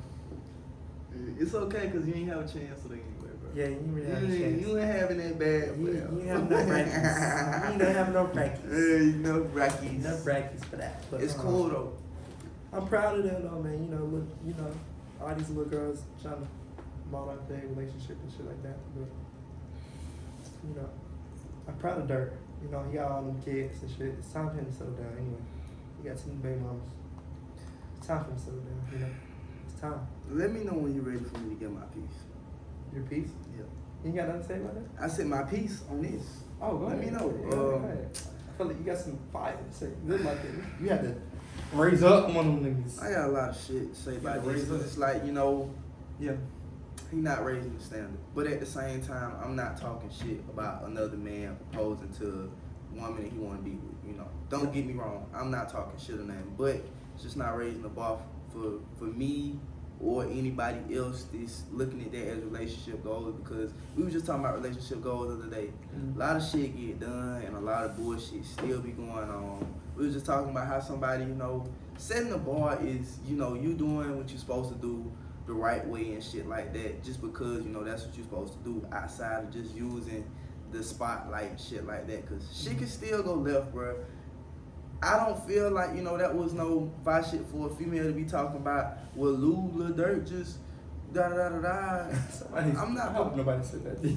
C: It's okay because you ain't have a chance to the anyway, bro.
B: Yeah, you really have a
C: you, ain't-
B: chance.
C: you ain't having that bad.
B: You,
C: forever.
B: you have no rankings. you don't have no
C: Yeah,
B: rankings.
C: you know brackets.
B: No rankings for that. But,
C: It's
B: uh,
C: cool though.
B: I'm proud of them though, man. You know, look, you know, all these little girls trying to model out their relationship and shit like that. But you know, I'm proud of Dirk. You know, he got all them kids and shit. It's time for him to settle down anyway. He got two baby mamas. It's time for him to settle down. You know, it's time.
C: Let me know when you're ready for me to get my piece.
B: Your piece.
C: Yeah.
B: You ain't got nothing to say about that?
C: I said my piece on this.
B: Oh,
C: Let me know.
B: Yeah, go
C: Um,
B: ahead. I feel like you got some fire. to Say good like that. You had to raise up one of them niggas.
C: I got a lot of shit to say about
B: Yeah,
C: this. 'cause
B: raise up.
C: It's like you know.
B: yeah.
C: he not raising the standard. But at the same time, I'm not talking shit about another man proposing to a woman that he want to be with. You know, don't get me wrong. I'm not talking shit or nothing, but it's just not raising the bar for for me or anybody else that's looking at that as relationship goals because we were just talking about relationship goals the other day. A
B: Mm.
C: lot of shit get done and a lot of bullshit still be going on. We was just talking about how somebody, you know, setting the bar is, you know, you doing what you're supposed to do the right way and shit like that just because, you know, that's what you're supposed to do outside of just using the spotlight and shit like that because shit can still go left, bruh. I don't feel like, you know, that was no vice shit for a female to be talking about, well, Lou, Lil Durk just da da da da da.
B: Somebody's-
C: I'm not-
B: I hope nobody said that.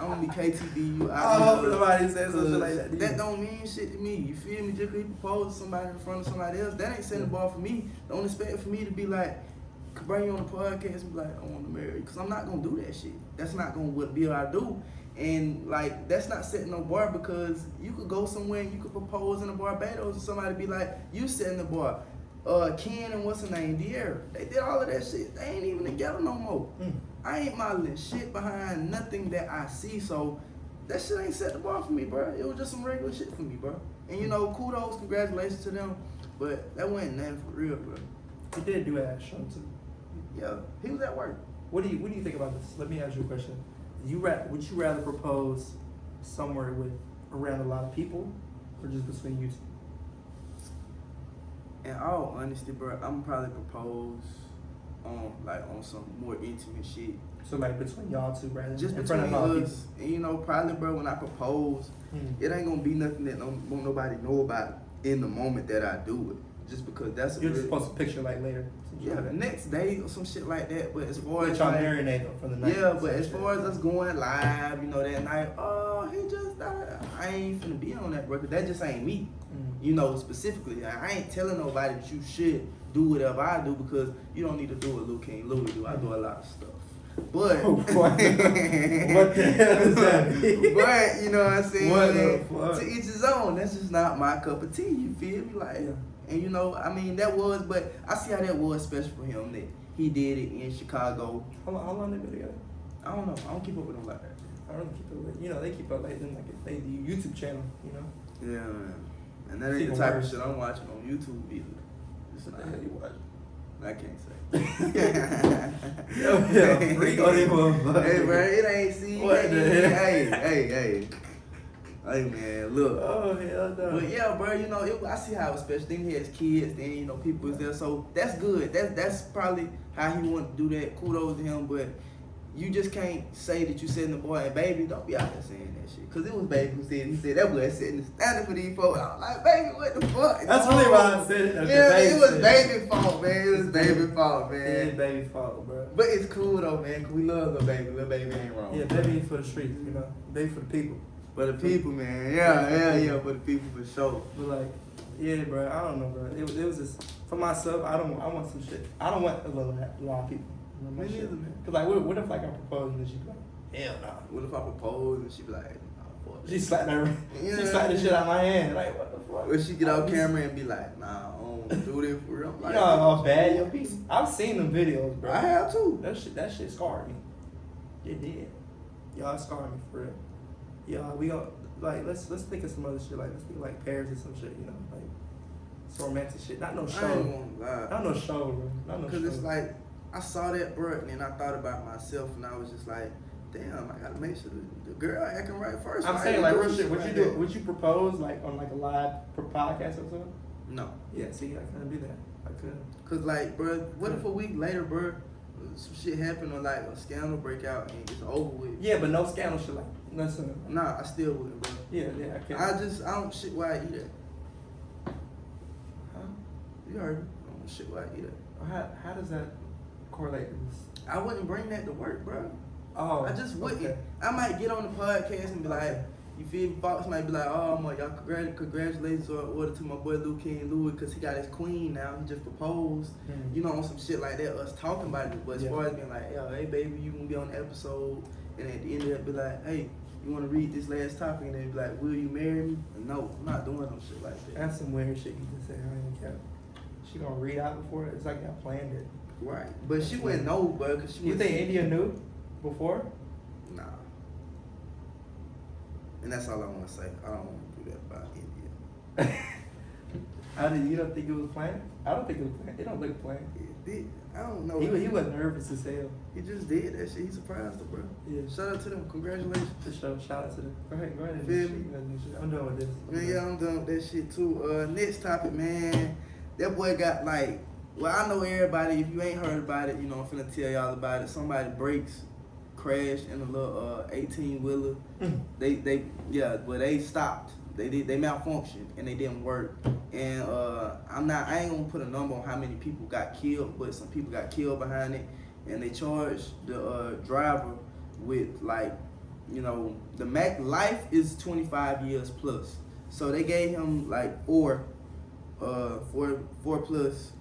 C: I'm gonna be KTBU.
B: I hope Oh, nobody says
C: Cause
B: something like that.
C: Uh, That don't mean shit to me. You feel me? Just because you propose to somebody in front of somebody else, that ain't setting the bar for me. Don't expect for me to be like, could bring you on the podcast and be like, I want to marry you. Because I'm not going to do that shit. That's not going to what be what I do. And like, that's not setting no bar because you could go somewhere and you could propose in a Barbados and somebody be like, you setting the bar. Uh, Ken and what's her name, De'Ara. They did all of that shit. They ain't even together no more.
B: Mm.
C: I ain't modeling shit behind nothing that I see. So that shit ain't set the bar for me, bro. It was just some regular shit for me, bro. And you know, kudos, congratulations to them. But that wasn't nothing for real, bro.
B: He did do ass show too.
C: Yeah, he was at work.
B: What do you What do you think about this? Let me ask you a question. You ra- would you rather propose somewhere with around a lot of people, or just between you two?
C: In all honesty, bro, I'm probably propose on like on some more intimate shit.
B: So like between y'all two, rather than
C: Just
B: in
C: between
B: front of all the people.
C: us, and you know, probably, bro, when I propose,
B: Mm.
C: it ain't gonna be nothing that no, won't nobody know about in the moment that I do it. Just because that's a
B: You're just
C: real-
B: supposed to picture like later. some shit
C: Yeah,
B: like
C: the
B: that.
C: next day or some shit like that. But as far
B: Let
C: as
B: y'all
C: like-
B: marinate though for the night.
C: yeah, but as far as us going live, you know that night, oh, he just died. I ain't finna be on that record. That just ain't me.
B: Mm.
C: You know specifically, I ain't telling nobody that you should do whatever I do because you don't need to do what Lil King Louis do. I do a lot of stuff. But
B: What the- Oh, what the hell does that mean?
C: But you know what I'm saying?
B: What the fuck?
C: To each his own. That's just not my cup of tea. You feel me? Like,
B: Yeah.
C: and you know, I mean, that was. But I see how that was special for him that he did it in Chicago.
B: How long, how long they been together?
C: I don't know. I don't keep up with him like that.
B: I don't keep up with, you know, they keep up like them, like they do YouTube channel, you know?
C: Yeah, man. And that
B: It's
C: ain't the
B: even
C: type of
B: worse.
C: shit I'm watching on YouTube either. It's
B: What
C: not.
B: the hell you watch?
C: I can't say.
B: Yo, yeah, freak on that motherfucker.
C: Hey, bro, it ain't see.
B: What
C: hey,
B: the hell?
C: Hey, hey, hey. Hey, man, look.
B: Oh, hell no.
C: But yeah, bro, you know, it, I see how it's special. Then he has kids, then you know, people is there, so that's good. That's that's probably how he want to do that. Kudos to him, but you just can't say that you setting the bar and baby. Don't be out there saying that shit, cause it was baby who said he said that boy setting the standard for these folks. I was like, baby, what the fuck?
B: That's really why I said it. that's
C: Yeah,
B: the
C: it was
B: shit.
C: baby fault, man. It was baby fault,
B: It
C: man.
B: is baby fault, bro.
C: But it's cool though, man. 'cause we love little baby. Little baby ain't wrong.
B: Yeah, baby ain't for the streets, you know? Baby for the people.
C: For the people, man. Yeah, yeah, yeah. For the people, for sure.
B: But like, yeah, bro, I don't know, bro. It, was- it was just for myself. I don't. I want some shit. I don't want a lot, a lot of people. You know, my
C: Me
B: shit.
C: neither, man.
B: Cause like, what, what if like I propose and she be like, hell no.
C: What if I propose and she be like, nah, fuck.
B: She slapped her.
C: Yeah.
B: She slapped the shit out of my hand. Like, what the fuck?
C: Or she get off
B: I've
C: camera and be like, nah, I don't do this for real. I'm
B: seen-
C: Like,
B: You know how bad your piece. I've seen them videos, bro.
C: I have too.
B: That shit. That shit scarred me. It did. Y'all it scarred me for real. Y'all, we gon' like let's let's think of some other shit. Like let's think like Paris or some shit. You know, like some romantic shit. Not no
C: I
B: show.
C: ain't gonna lie.
B: Not no show, bro. Not no
C: Because
B: show.
C: it's like, I saw that, bro, and then I thought about myself, and I was just like, damn, I gotta make sure the, the girl acting right first.
B: I'm
C: Why
B: saying
C: you
B: like
C: do
B: real shit. Would you do?
C: that?
B: Would you propose like on like a live pro- podcast or something?
C: No.
B: Yeah. See, I couldn't do that. I couldn't.
C: Because, like, bro, what if a week later, bro, some shit happened or, like, a scandal break out and it's over with?
B: Yeah, but no scandal shit like nothing.
C: Nah, I still wouldn't, bro.
B: Yeah, yeah, I can't.
C: I just, I don't shit why I eat it.
B: huh?
C: You heard me. I don't shit why I eat it.
B: How, how does that correlate? with this?
C: I wouldn't bring that to work, bro.
B: Oh,
C: I just wouldn't.
B: okay.
C: I might get on the podcast and be like,
B: Okay.
C: you feel me? Fox might be like, oh my, y'all congrat- congratulations or order to my boy Luke King Louis because he got his queen now. He just proposed.
B: Mhm.
C: You know, on some shit like that, us talking about it. But as
B: Yeah.
C: far as being like, yo, hey baby, you gonna be on the episode, and at the end of it, be like, hey, you wanna read this last topic, and they be like, will you marry me? No, I'm not doing no shit like that.
B: That's some weird shit you just said. I ain't care. She gonna read out before it? It's like I planned it.
C: Right. But she went no, bro, because she
B: You
C: was.
B: think India knew before?
C: Nah. And that's all I wanna say. I don't wanna do that about India.
B: How did you don't think it was planned? I don't think it was planned. It don't look planned.
C: It did. I don't know.
B: He, wa- he was nervous as hell.
C: He just did that shit. He surprised her, bro.
B: Yeah.
C: Shout out to them. Congratulations.
B: To show shout out to them. Go ahead, go ahead. and
C: Feel
B: do
C: me?
B: shit. Do shit. I'm done with this. I'm
C: Man,
B: done.
C: yeah, I'm done with that shit too. Uh, next topic, man. That boy got like, well, I know everybody. If you ain't heard about it, you know I'm finna tell y'all about it. Somebody breaks, crashed in a little uh 18 wheeler.
B: Mm.
C: They they yeah, but they stopped. They did they malfunctioned and they didn't work. And uh, I'm not I ain't gonna put a number on how many people got killed, but some people got killed behind it. And they charged the uh, driver with like, you know, the Mac life is 25 years plus. So they gave him like four, uh, four, four plus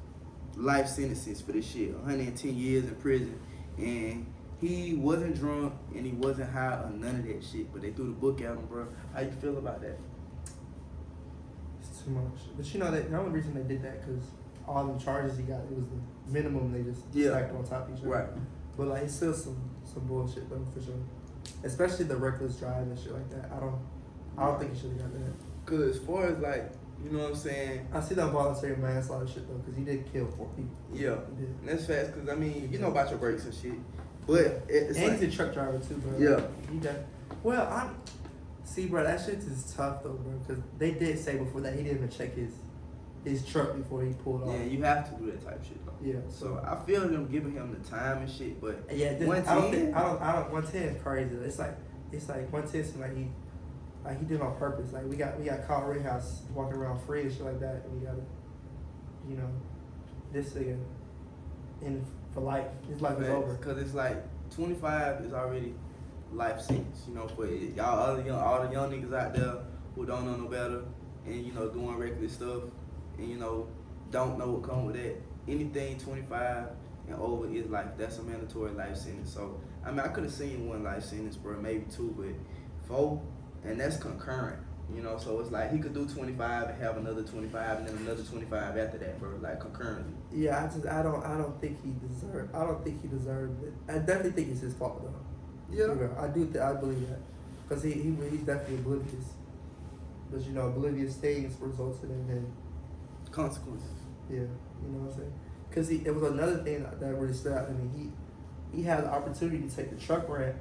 C: life sentences for this shit. 110 years in prison, and he wasn't drunk and he wasn't high or none of that shit. But they threw the book at him, bro. How you feel about that?
B: It's too much. But you know that the only reason they did that because all the charges he got it was the minimum they just
C: Yeah.
B: stacked on top of each other. But like it's still some some bullshit though for sure. Especially the reckless drive and shit like that. I don't I don't think he should have got that.
C: Cause as far as like, you know what I'm saying?
B: I see that voluntary manslaughter shit though because he did kill four people.
C: Yeah.
B: He did.
C: And that's fast. Cause I mean, you know about your brakes and shit. But it's
B: and
C: like,
B: he's a truck driver too, bro.
C: Yeah.
B: He done. Well, I'm. See, bro, that shit is tough though, bro. Because they did say before that he didn't even check his his truck before he pulled off.
C: yeah, you have to do that type of shit. Though.
B: Yeah,
C: So I feel them giving him the time and shit, but
B: Yeah, this,
C: One
B: I don't
C: ten?
B: think I don't I don't one ten is crazy. It's like it's like one ten seems like he like he did it on purpose. Like we got we got Kyle Rittenhouse walking around free and shit like that and we gotta you know this nigga in for life. His life is over.
C: Because it's like 25 is already life sentence, you know, for it. y'all other young, all the young niggas out there who don't know no better and, you know, doing reckless stuff and, you know, don't know what come with that. Anything 25 and over his life. That's a mandatory life sentence. So I mean, I could have seen one life sentence, bro, maybe two, but four, and that's concurrent. You know, so it's like he could do 25 and have another 25 and then another 25 after that, bro, like concurrently.
B: Yeah, I just I don't I don't think he deserved I don't think he deserved it. I definitely think it's his fault though. I do th- I believe that because he, he he's definitely oblivious. But you know, oblivious things resulted in him.
C: Consequences.
B: Yeah, you know what I'm saying? Because it was another thing that, that really stood out to me. He he had the opportunity to take the truck rant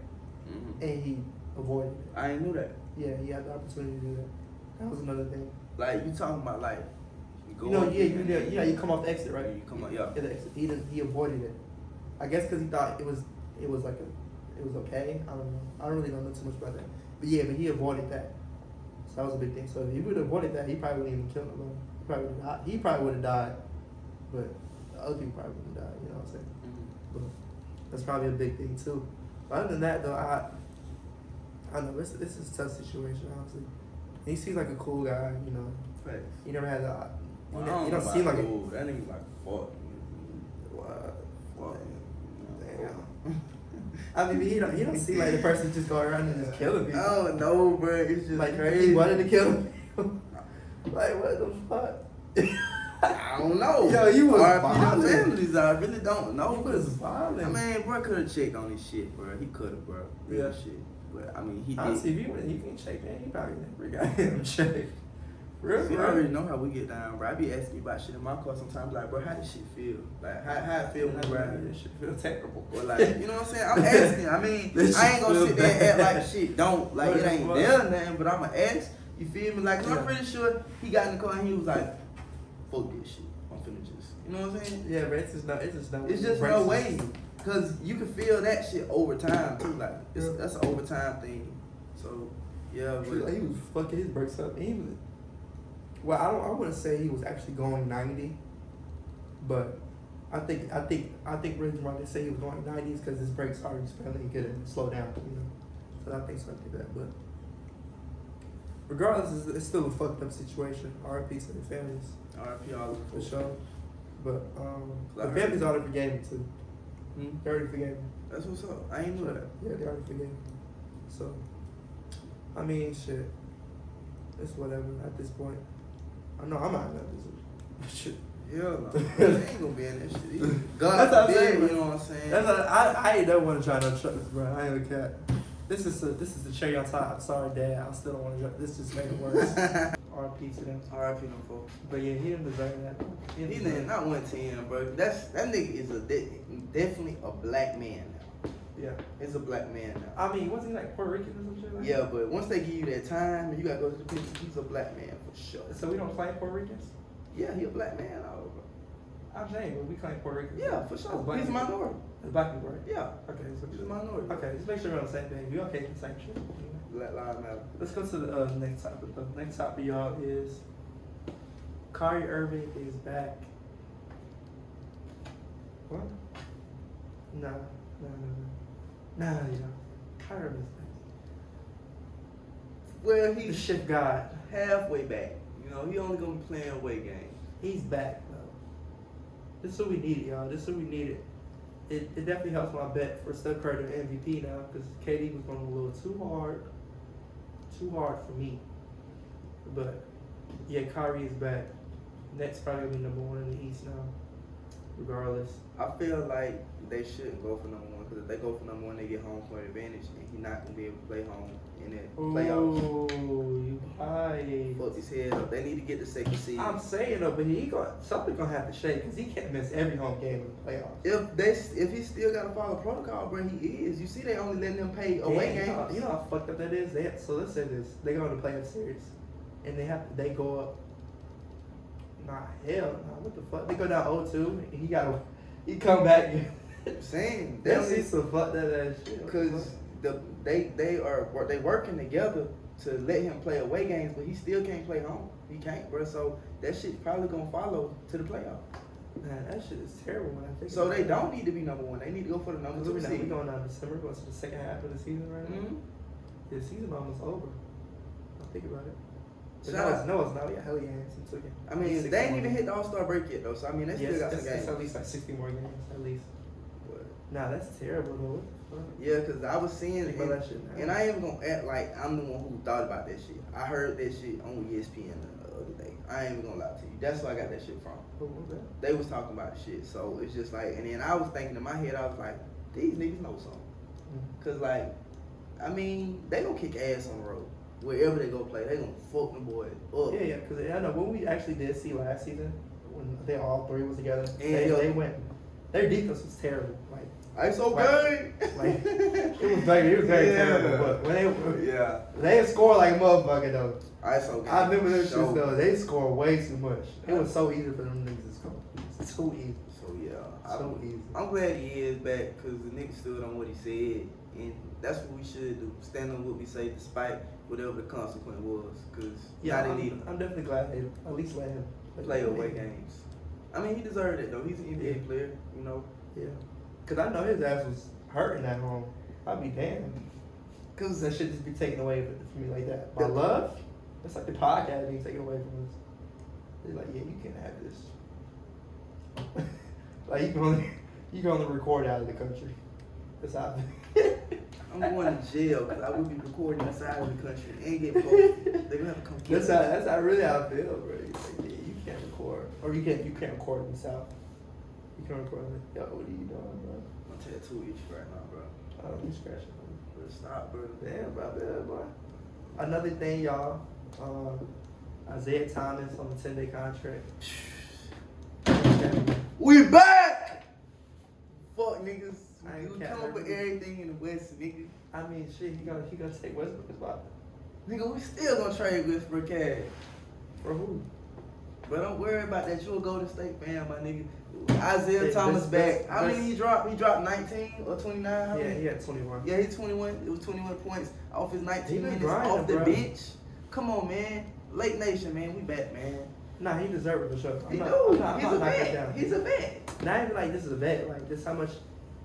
C: Mm-hmm.
B: and he avoided it.
C: I ain't knew that.
B: Yeah, he had the opportunity to do that. That was another thing.
C: Like you talking about like you go
B: you know,
C: up
B: yeah, you
C: and
B: know,
C: then
B: yeah, you come off the exit, right?
C: You come out, yeah.
B: the exit. He didn't, he avoided it. I guess because he thought it was it was like a it was okay. I don't know. I don't really don't know too much about that. But yeah, but he avoided that. So that was a big thing. So if he would have avoided that, he probably wouldn't even kill nobody. He probably would have he probably would have died, but other people probably would have died. You know what I'm saying?
C: Mhm.
B: But that's probably a big thing too. But other than that, though, I I don't know this this is a tough situation. Honestly, he seems like a cool guy. You know,
C: Facts.
B: he never had a you,
C: Well,
B: know, you
C: I know
B: don't seem
C: about
B: like a
C: dude. that nigga like fuck.
B: What?
C: Fuck.
B: Damn. I mean, he don't he don't seem like the person just going around and just killing people.
C: Oh no, bro, it's just
B: like crazy. He wanted to kill him. like what the fuck?
C: I don't know.
B: Yo, you was
C: RIP
B: violent.
C: them families. I really don't know.
B: He
C: but-
B: was violent.
C: I mean, bro, could have checked on his shit, bro. He could have, bro. Real
B: Yeah.
C: shit. But I mean, he
B: Honestly,
C: did.
B: if you if you can check man, he probably never got him checked. Real,
C: See, I already
B: real.
C: know how we get down, bro. I be asking you about shit in my car sometimes, like, bro, how this shit feel? Like, how, how it feel when I ride
B: This shit feel terrible.
C: Or like, you know what I'm saying? I'm asking. I mean,
B: This
C: I ain't gonna
B: shit
C: sit
B: feel
C: there and act
B: bad.
C: like shit. Don't like it ain't
B: What?
C: there or nothing. But I'ma ask. You feel me? Like, 'cause
B: Yeah.
C: I'm pretty sure he got in the car and he was like, "Fuck this shit. I'm finna just." You know what I'm saying?
B: Yeah, but it's just no, it's just no.
C: It's just no way. Cause you can feel that shit over time too. Like, it's,
B: Yeah.
C: that's an overtime thing. So, yeah,
B: He
C: but
B: was fucking his brakes up. He was, well, I don't. I wouldn't say he was actually going ninety, but I think I think I think reason why they say he was going ninety is because his brakes are apparently good and slow down. You know, so I think something like that. But regardless, it's, it's still a fucked up situation. R.I.P. to the families
C: RIP all the
B: for sure. But um,
C: I
B: the
C: heard-
B: families already forgave him too. They already forgave him.
C: Hmm? That's what's up. I ain't knew that.
B: Yeah, they already forgave him. So, I mean, shit. It's whatever at this point. I know I'm out of this. Shit.
C: Yeah, no, they ain't gonna be in that shit. either. God
B: That's what I'm
C: forbid,
B: saying,
C: you
B: bro.
C: know what I'm saying?
B: That's not, I, I ain't never want to try no trucks, bro. I ain't a cat. This is a, this is the cherry on top. I'm sorry, Dad. I still don't want to. drive. This just made it worse. R.P. to them.
C: RIP no folks.
B: But yeah, he didn't deserve that. He
C: He
B: didn't
C: did
B: deserve
C: not one ten, bro. That's that nigga is a de- definitely a black man now.
B: Yeah.
C: He's a black man now.
B: I mean, wasn't he like Puerto Rican or some shit like that?
C: Yeah, but once they give you that time and you gotta go to the picture, he's a black man for sure.
B: So we don't claim Puerto Ricans?
C: Yeah, he a black man all over.
B: I'm saying, but we claim Puerto Ricans.
C: Yeah, for sure.
B: Black
C: He's a
B: people.
C: minority.
B: As black people, right?
C: Yeah,
B: Okay, so
C: he's a minority.
B: Okay, just make sure we're on the same page. We okay with the same shit.
C: Black Lives Matter.
B: Let's go to the uh, next topic. The next topic, y'all, is Kyrie Irving is back. What? Nah, nah, nah, nah. Nah, y'all. Kyrie Irving's back.
C: Well,
B: He's the
C: he's
B: shit god.
C: halfway back. You know, he only gonna be playing away games.
B: He's back, though. This is what we needed, y'all. This is what we needed. It, it definitely helps my bet for Steph Curry to MVP now because KD was going a little too hard. Too hard for me. But, yeah, Kyrie is back. Nets probably gonna be number one in the East now, regardless.
C: I feel like they shouldn't go for number one because if they go for number one, they get home court advantage, and he's not gonna be able to play home in the
B: Oh,
C: playoffs.
B: you high.
C: Fuck his head up. They need to get the second seed.
B: I'm saying though, but he going something gonna have to shake because he can't miss every home game in the playoffs.
C: if they, if he still gotta follow protocol, bro, he is. You see, they only letting him pay away
B: Damn, you know-
C: games.
B: You know how fucked up that is. They have, so let's say this: they go on the playoff series, and they have they go up. Nah, hell, nah, what the fuck? They go down 0-2, and he got he come back.
C: I'm saying they
B: they see
C: only
B: some fucked up ass shit.
C: because the they they are wor- they working together to let him play away games, but he still can't play home. He can't, bro. So that shit's probably gonna follow to the playoffs.
B: man, that shit is terrible. When I think
C: So
B: about
C: they
B: it.
C: don't need to be number one. They need to go for the number
B: Because
C: two
B: we know we
C: seed.
B: going down December, going to the second half of the season right now.
C: Mhm.
B: The season almost over. I think about it. But
C: Shout
B: no, it's,
C: out.
B: no, it's not. Yeah, hell yeah, it's in two games.
C: I mean,
B: Six
C: they ain't
B: more
C: even
B: games.
C: hit the All Star break yet though, so I mean, they
B: Yes,
C: still got some
B: it's- it's
C: games.
B: at least like 60 more games, at least. Nah, that's terrible though. What the fuck?
C: Yeah, cause I was seeing
B: Think
C: and-
B: about that shit now.
C: And I ain't gonna act like I'm the one who thought about that shit. I heard that shit on E ESPN the other day. I ain't even gonna lie to you. That's where I got that shit from.
B: What was that?
C: They was talking about the shit, so it's just like. And then I was thinking in my head, I was like, these niggas know something.
B: Mm.
C: Cause like, I mean, they gonna kick ass on the road wherever they go play. They gonna fuck them boys up.
B: Yeah, yeah, because I know what we actually did see last season when they all three was together.
C: Yeah,
B: they,
C: yeah.
B: they went. Their defense was terrible. Like
C: It's okay.
B: Like- it was very, it was very terrible. But when they
C: yeah,
B: they scored like a motherfucker though.
C: it's okay.
B: I remember those shits
C: So-
B: though. They scored way too much. It was so easy for them niggas to score. It's too easy.
C: So yeah,
B: So
C: I'm,
B: easy.
C: I'm glad he is back because the nigga stood on what he said, and that's what we should do. Stand on what we say, despite whatever the consequence was. Because
B: Yeah,
C: now they
B: I'm,
C: need
B: I'm definitely glad they at least let him
C: to play away games. I mean, he deserved it though. He's an NBA player, you know.
B: Yeah, cause I know his ass was hurting at home. I'd be damned. Cause that shit just be taken away from me like that. My
C: Yeah.
B: love, that's like the podcast being taken away from us. They're like, yeah, you can't have this. like you can only you can only record out of the country. That's how. I feel.
C: I'm going to jail because I will be recording outside of the country and get booked. They're gonna have to come get
B: That's
C: me.
B: how. That's how really how I feel, bro. It's like, yeah, you can't record, or you can't you can't record in the south. You can't record. in the- Yo, what are you doing, bro?
C: My tattoo itch right now, bro.
B: I don't be scratching.
C: Bro, stop, bro.
B: Damn, bro, yeah, boy. Another thing, y'all. Um, Isaiah Thomas on a ten day contract.
C: We back. Fuck niggas.
B: I
C: You
B: ain't
C: come
B: cap,
C: up with
B: bro.
C: everything in the West, nigga.
B: I mean, shit, he gonna he gonna take Westbrook's spot
C: Nigga, we still gonna trade Westbrook cash.
B: for who?
C: But don't worry about that. You a Golden State fan, my nigga. Isaiah
B: Yeah, that's-
C: Thomas
B: that's-
C: back. How many
B: that's-
C: he dropped? He dropped 19 or 29. How
B: Yeah,
C: many?
B: he had twenty one.
C: Yeah, he's 21. It was 21 points off his 19
B: He been
C: minutes
B: grinding,
C: off the
B: bro.
C: bench. Come on, man. Late Nation, man. We back, man.
B: Nah, he deserved it for sure. I'm
C: He
B: not-
C: do.
B: I'm not- I'm
C: he's,
B: not
C: a
B: knocking it
C: vet.
B: down.
C: He's a vet.
B: Not even like this is a bet. Like this, how much,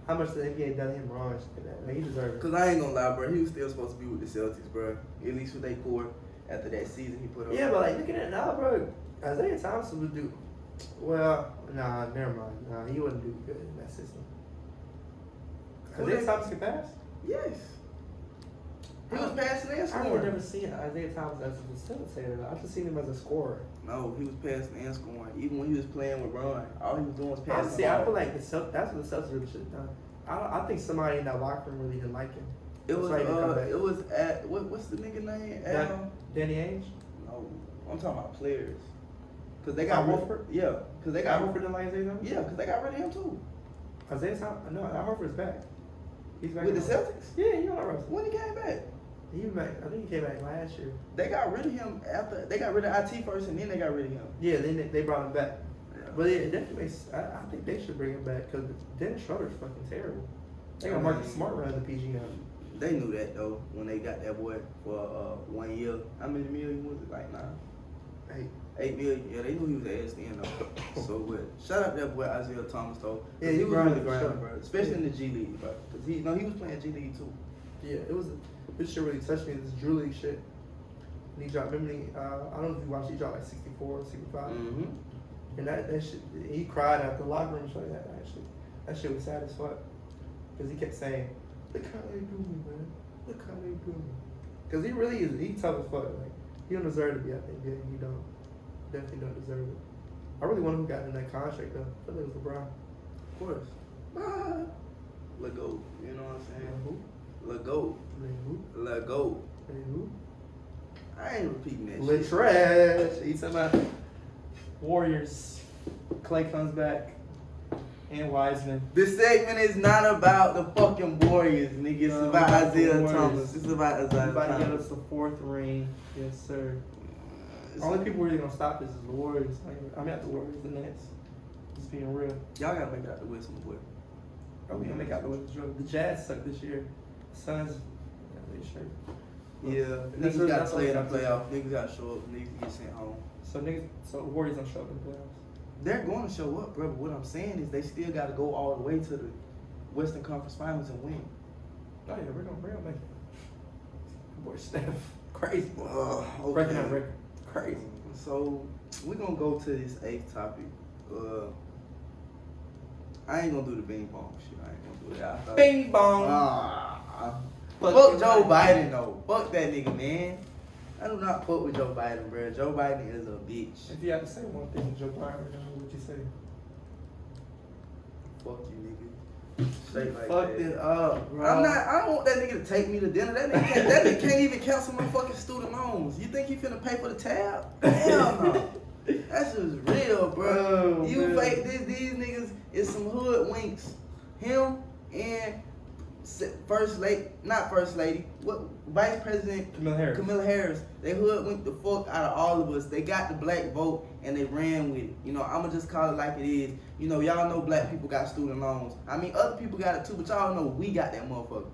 B: how much the NBA done him wrong? and shit Like that. Like, he deserved it.
C: Cause I ain't gonna lie, bro. He was still supposed to be with the Celtics, bro. At least with their core after that season he put up.
B: Yeah, but like look at it now, bro. Isaiah Thomas would do. Well, nah, never mind. Nah, he wouldn't do good in that system.
C: Who
B: Isaiah
C: they-
B: Thomas can pass.
C: yes. He was passing and
B: I would
C: scoring.
B: never seen Isaiah Thomas as a facilitator. I just seen him as a scorer.
C: No, he was passing and scoring. Even when he was playing with Ron, all he was doing was
B: I
C: passing.
B: see.
C: the
B: I
C: ball.
B: feel like the Celt- that's what the Celtics really should have done. I, don't- I think somebody in that locker room really didn't like him.
C: It
B: That's
C: was
B: why he didn't come
C: uh,
B: back.
C: it was at what, what's the nigga name?
B: Yeah.
C: Adam?
B: Danny Ainge.
C: No, I'm talking about players. Cause they
B: Oh,
C: got
B: Horford?
C: Yeah, cause they got
B: Al Horford didn't like Isaiah Thomas.
C: Yeah, cause they got rid of him too.
B: Isaiah Thomas. No, Al Horford's back. He's back.
C: With the
B: now.
C: Celtics,
B: Yeah, you know Russell.
C: when he came back,
B: He was back. I think he came back last year.
C: they got rid of him after they got rid of it first, and then they got rid of him.
B: Yeah, then they, they brought him back.
C: Yeah.
B: But yeah, it definitely makes. I, I think they should bring him back because Dennis Schroeder's fucking terrible. They got Marcus Smart running the PG now.
C: They knew that though when they got that boy for uh, one year. How many million was it? Like nine,
B: Hey,
C: eight million. Yeah, they knew he was an ass then though. so what? Shout out that boy Isaiah Thomas though. 'Cause
B: Yeah, he grinded for sure.
C: bro. Especially in the G League, bro. Cause he no, he was playing G League too.
B: Yeah, it was. This shit really touched me. This Drew League shit. And he dropped. Remember, he, uh, I don't know if you watched. He dropped like 64 or 65,
C: Mm-hmm.
B: and that that shit. He cried after the locker room show. That actually, that shit was sad as fuck. Cause he kept saying, "Look how they do me, man. Look how they do me." Cause he really is. He tough as fuck. Like he don't deserve to be out there. Yeah, he don't. Definitely don't deserve it. I really wonder who got in that contract though. I thought it was LeBron.
C: Of course. Ah, let go. You know what I'm
B: Man,
C: saying?
B: who?
C: Let go.
B: Man, who?
C: Let go.
B: Man, who?
C: I ain't repeating that
B: Lit
C: shit.
B: trash. You talking about Warriors? Clay comes back and Wiseman.
C: This segment is not about the fucking Warriors, nigga. It's
B: No,
C: about
B: not the
C: Isaiah
B: Warriors.
C: Thomas. It's about Isaiah
B: Everybody got
C: Thomas.
B: us the fourth ring. Yes, sir.
C: It's-
B: Only people really gonna stop this is the Warriors. I mean, not the Warriors, the Nets. Just being real.
C: Y'all gotta make it out the West, my boy.
B: Are we gonna make out the West? The Jazz suck this year. Suns. Yeah, they sure.
C: Yeah,
B: That's
C: niggas
B: what-
C: gotta
B: that's
C: play in the
B: what I'm
C: playoff. Niggas gotta show up. Niggas get sent home.
B: So niggas, so the Warriors don't show up in the playoffs.
C: They're going to show up, bro. But what I'm saying is they still gotta go all the way to the Western Conference Finals and win.
B: Oh yeah, we're gonna we're gonna make it. Boy, Steph, crazy boy,
C: Ugh, Uh, okay.
B: breaking that record, Oh, crazy.
C: So we're gonna go to this eighth topic. Uh, I ain't gonna do the bing bong shit. I ain't gonna do that. I thought-
B: Bing bong.
C: Ah, fuck
B: Fuck
C: Joe
B: Joe
C: Biden though. Fuck that nigga, man. I do not fuck with Joe Biden, bro. Joe Biden is a bitch.
B: If you had to say one thing to Joe Biden right now, what would you say?
C: Fuck you, nigga. Straight like
B: Fucked
C: that.
B: it up, bro.
C: I'm not. I don't want that nigga to take me to dinner. That nigga, can't, that nigga can't even cancel my fucking student loans. You think he finna pay for the tab? Hell no. That's just real, bro.
B: Oh,
C: you
B: man.
C: fake this. These niggas is some hoodwinks. Him and s- first lady, not first lady. What vice president
B: Camille Harris.
C: Camilla Harris. They hoodwinked the fuck out of all of us. They got the black vote and they ran with it. You know, I'ma just call it like it is. You know, y'all know black people got student loans. I mean, other people got it too, but y'all know we got that motherfucker.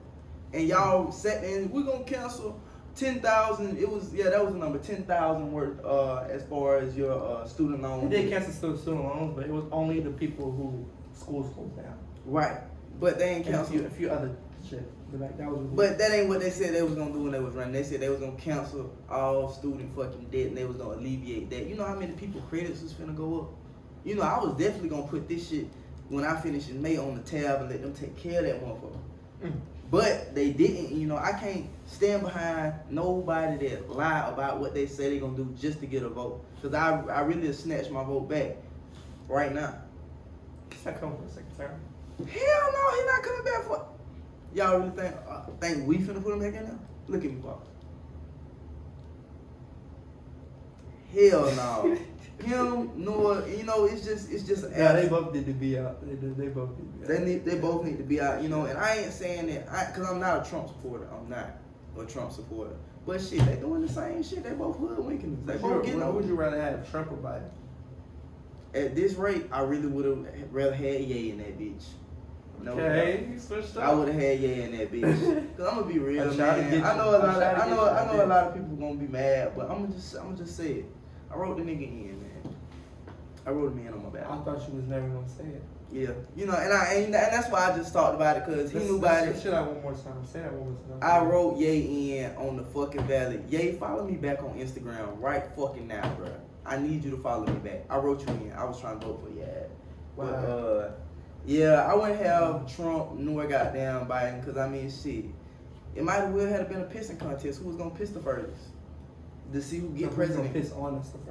C: And y'all sat there and we gonna cancel ten thousand. It was yeah, that was the number ten thousand worth uh, as far as your uh, student
B: They
C: loan.
B: did cancel student, student loans, but it was only the people who schools closed down.
C: Right, but they ain't
B: And a
C: cancel.
B: few, a few other shit. But like, that was
C: But that ain't what they said they was gonna do when they was running. They said they was gonna cancel all student fucking debt and they was gonna alleviate that. You know how many people credits was finna go up? You know, I was definitely gonna put this shit when I finish in May on the tab and let them take care of that motherfucker.
B: Mm.
C: But they didn't, you know, I can't stand behind nobody that lie about what they say they gonna do just to get a vote. Cause I I really snatched my vote back right now.
B: I come for a second term.
C: Hell no, he not coming back for. Y'all really think uh, think we finna put him back in there? Look at me, Pop. Hell no. Him nor you know it's just it's just an
B: Yeah, they
C: ass-
B: both did to be out. They, did- they both did. To be
C: they
B: out.
C: need they both need to be out you know and I ain't saying that I because I'm not a Trump supporter I'm not a Trump supporter but shit they doing the same shit they both hoodwinking us they
B: Like,
C: both
B: would, you,
C: getting
B: would
C: over.
B: you rather have Trump or Biden?
C: at this rate I really would have rather had Ye in that bitch. No doubt.
B: okay, you switched up.
C: I would have had yeah in that bitch. Cause I'm gonna be real,
B: I'm
C: man.
B: trying to get
C: I
B: you.
C: know a
B: I'm
C: lot.
B: trying
C: Of,
B: to
C: I
B: get
C: know.
B: you.
C: I know a lot of people gonna be mad, but I'm gonna just. I'm gonna just say it. I wrote the nigga in, man. I wrote a man on my
B: I
C: back.
B: thought you was never gonna say it.
C: Yeah, you know, and I and, and that's why I just talked about it because he
B: Let's-
C: knew
B: let's-
C: about it.
B: Shit, I one more time. Say that one more time.
C: I wrote Ye in on the fucking valley. Ye, follow me back on Instagram right fucking now, bro. I need you to follow me back. I wrote you in. I was trying to vote for yeah. But
B: Wow.
C: uh, yeah, I wouldn't have Trump nor goddamn Biden because I mean, shit, it might as well have been a pissing contest. Who was gonna piss the furthest to see who
B: So
C: get
B: who's
C: president?
B: Gonna piss on us the first,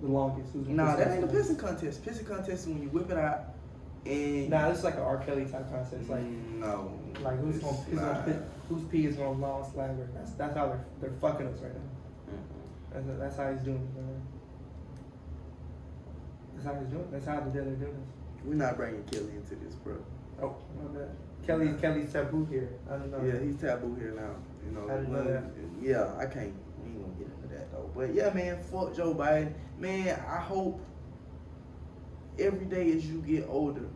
B: the longest. Who's gonna
C: Nah,
B: piss
C: that
B: on
C: ain't a
B: us the first?
C: pissing contest. Pissing contest is when you whip it out and
B: Nah, this is like an R. Kelly type concept. It's like,
C: no,
B: like who's gonna, who's
C: nah.
B: gonna piss, whose pee is gonna long slagger? That's that's how they're they're fucking us right now.
C: Mhm.
B: That's, that's how he's doing it. Man. That's how he's doing. That's how they're doing this.
C: We're not bringing Kelly into this, bro.
B: Oh, my bad. Kelly Kelly's taboo here. I don't know.
C: Yeah, he's taboo here now. You know,
B: I didn't know that.
C: yeah, I can't. We ain't gonna get into that though. But yeah, man, fuck Joe Biden. Man, I hope every day as you get older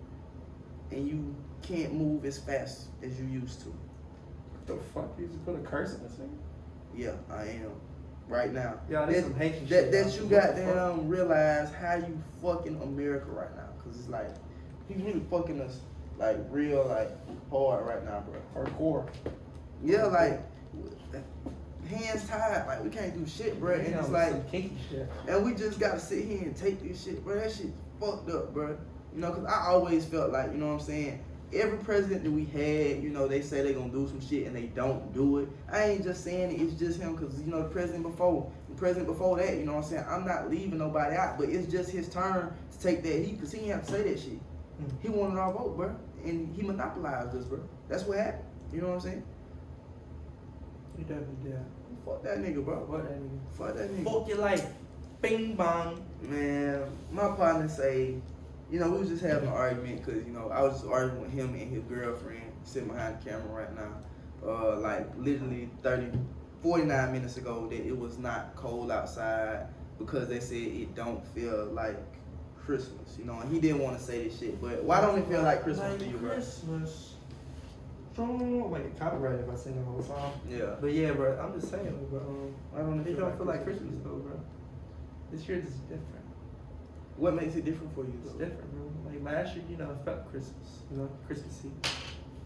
C: and you can't move as fast as you used to.
B: What the fuck? You just put a curse on this nigga?
C: Yeah, I am. Right now.
B: Yeah, this
C: that,
B: some Haitian
C: that,
B: shit.
C: that
B: y'all.
C: you
B: What the fuck?
C: goddamn realize how you fucking America right now. Cause it's like, he's really fucking us like real, like hard right now, bro.
B: Hardcore.
C: Yeah, like hands tied, like we can't do shit, bro. And
B: Damn,
C: it's like,
B: some kinky shit.
C: and we just gotta sit here and take this shit, bro. That shit fucked up, bro. You know, cause I always felt like, you know what I'm saying. Every president that we had, you know, they say they gonna do some shit and they don't do it. I ain't just saying it, it's just him, cause you know the president before, the president before that, you know what I'm saying. I'm not leaving nobody out, but it's just his turn to take that heat, cause he ain't have to say that shit.
B: Mm.
C: He wanted our vote, bro, and he monopolized us, bro. That's what happened. You know what I'm saying?
B: You definitely did.
C: Fuck that nigga, bro.
B: What that nigga?
C: Fuck that nigga.
B: Fuck your life. Bing bong.
C: Man, my partner say, you know, we was just having an argument because, you know, I was just arguing with him and his girlfriend sitting behind the camera right now. Uh, like literally 30, 49 minutes ago that it was not cold outside because they said it don't feel like Christmas, you know, and he didn't want to say this shit, but why don't it feel like Christmas to you, bro?
B: Christmas. Strong. Wait, copyright if I sing the whole song.
C: Yeah.
B: But yeah, bro, I'm just saying, bro. Um,
C: Why don't it
B: it
C: feel
B: don't
C: like
B: feel like
C: Christmas?
B: Christmas though, bro. This year is different.
C: What makes it different for you?
B: It's
C: Though?
B: different, bro. Like last year, you know, it felt Christmas, you know, Christmassy.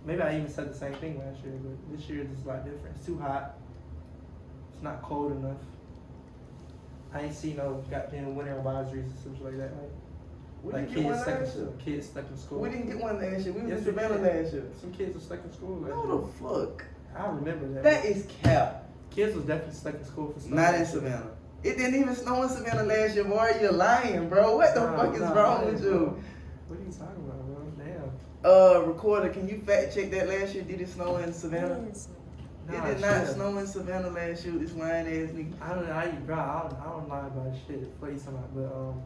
B: Maybe I even said the same thing last year, but this year it's a lot different. It's too hot. It's not cold enough. I ain't seen no goddamn winter advisories and stuff like that. Like,
C: We
B: like
C: didn't get
B: kids
C: one
B: stuck in
C: last year.
B: school. Kids stuck in school.
C: We didn't get one last year. We was
B: Yes,
C: in
B: we
C: Savannah
B: did.
C: last year.
B: Some kids were stuck in school. Like,
C: No, the fuck.
B: I remember that.
C: That is cap.
B: kids was definitely stuck in school for stuff.
C: Not in Savannah. It didn't even snow in Savannah last year, boy. You're lying, bro. What the
B: Nah,
C: fuck is
B: nah,
C: wrong
B: that
C: with
B: is
C: you?
B: wrong. What are you talking about, bro? Damn.
C: Uh, recorder, can you fact check that last year? Did it snow in Savannah?
B: Nah,
C: it did not
B: shit.
C: snow in Savannah last year. This lying ass nigga.
B: I don't know how you, bro. I don't, I don't lie about shit. What you talking about? But um,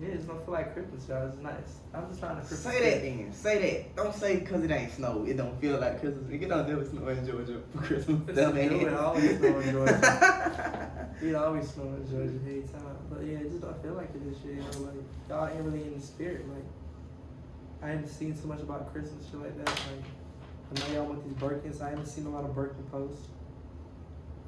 B: yeah, it's not feel like Christmas, y'all. It's nice. I'm just trying to Christmas.
C: Say that then. Say that. Don't say because it ain't snow. It don't feel like Christmas. Nigga, don't never snow in Georgia for Christmas.
B: It's
C: Dumb
B: true, it
C: ass.
B: always snow in Georgia. We always snow in Georgia every time, but yeah, it just don't feel like it this year. You know, like y'all ain't really in the spirit. Like I haven't seen so much about Christmas shit like that. Like I know y'all want these Birkins. I haven't seen a lot of Birkin posts.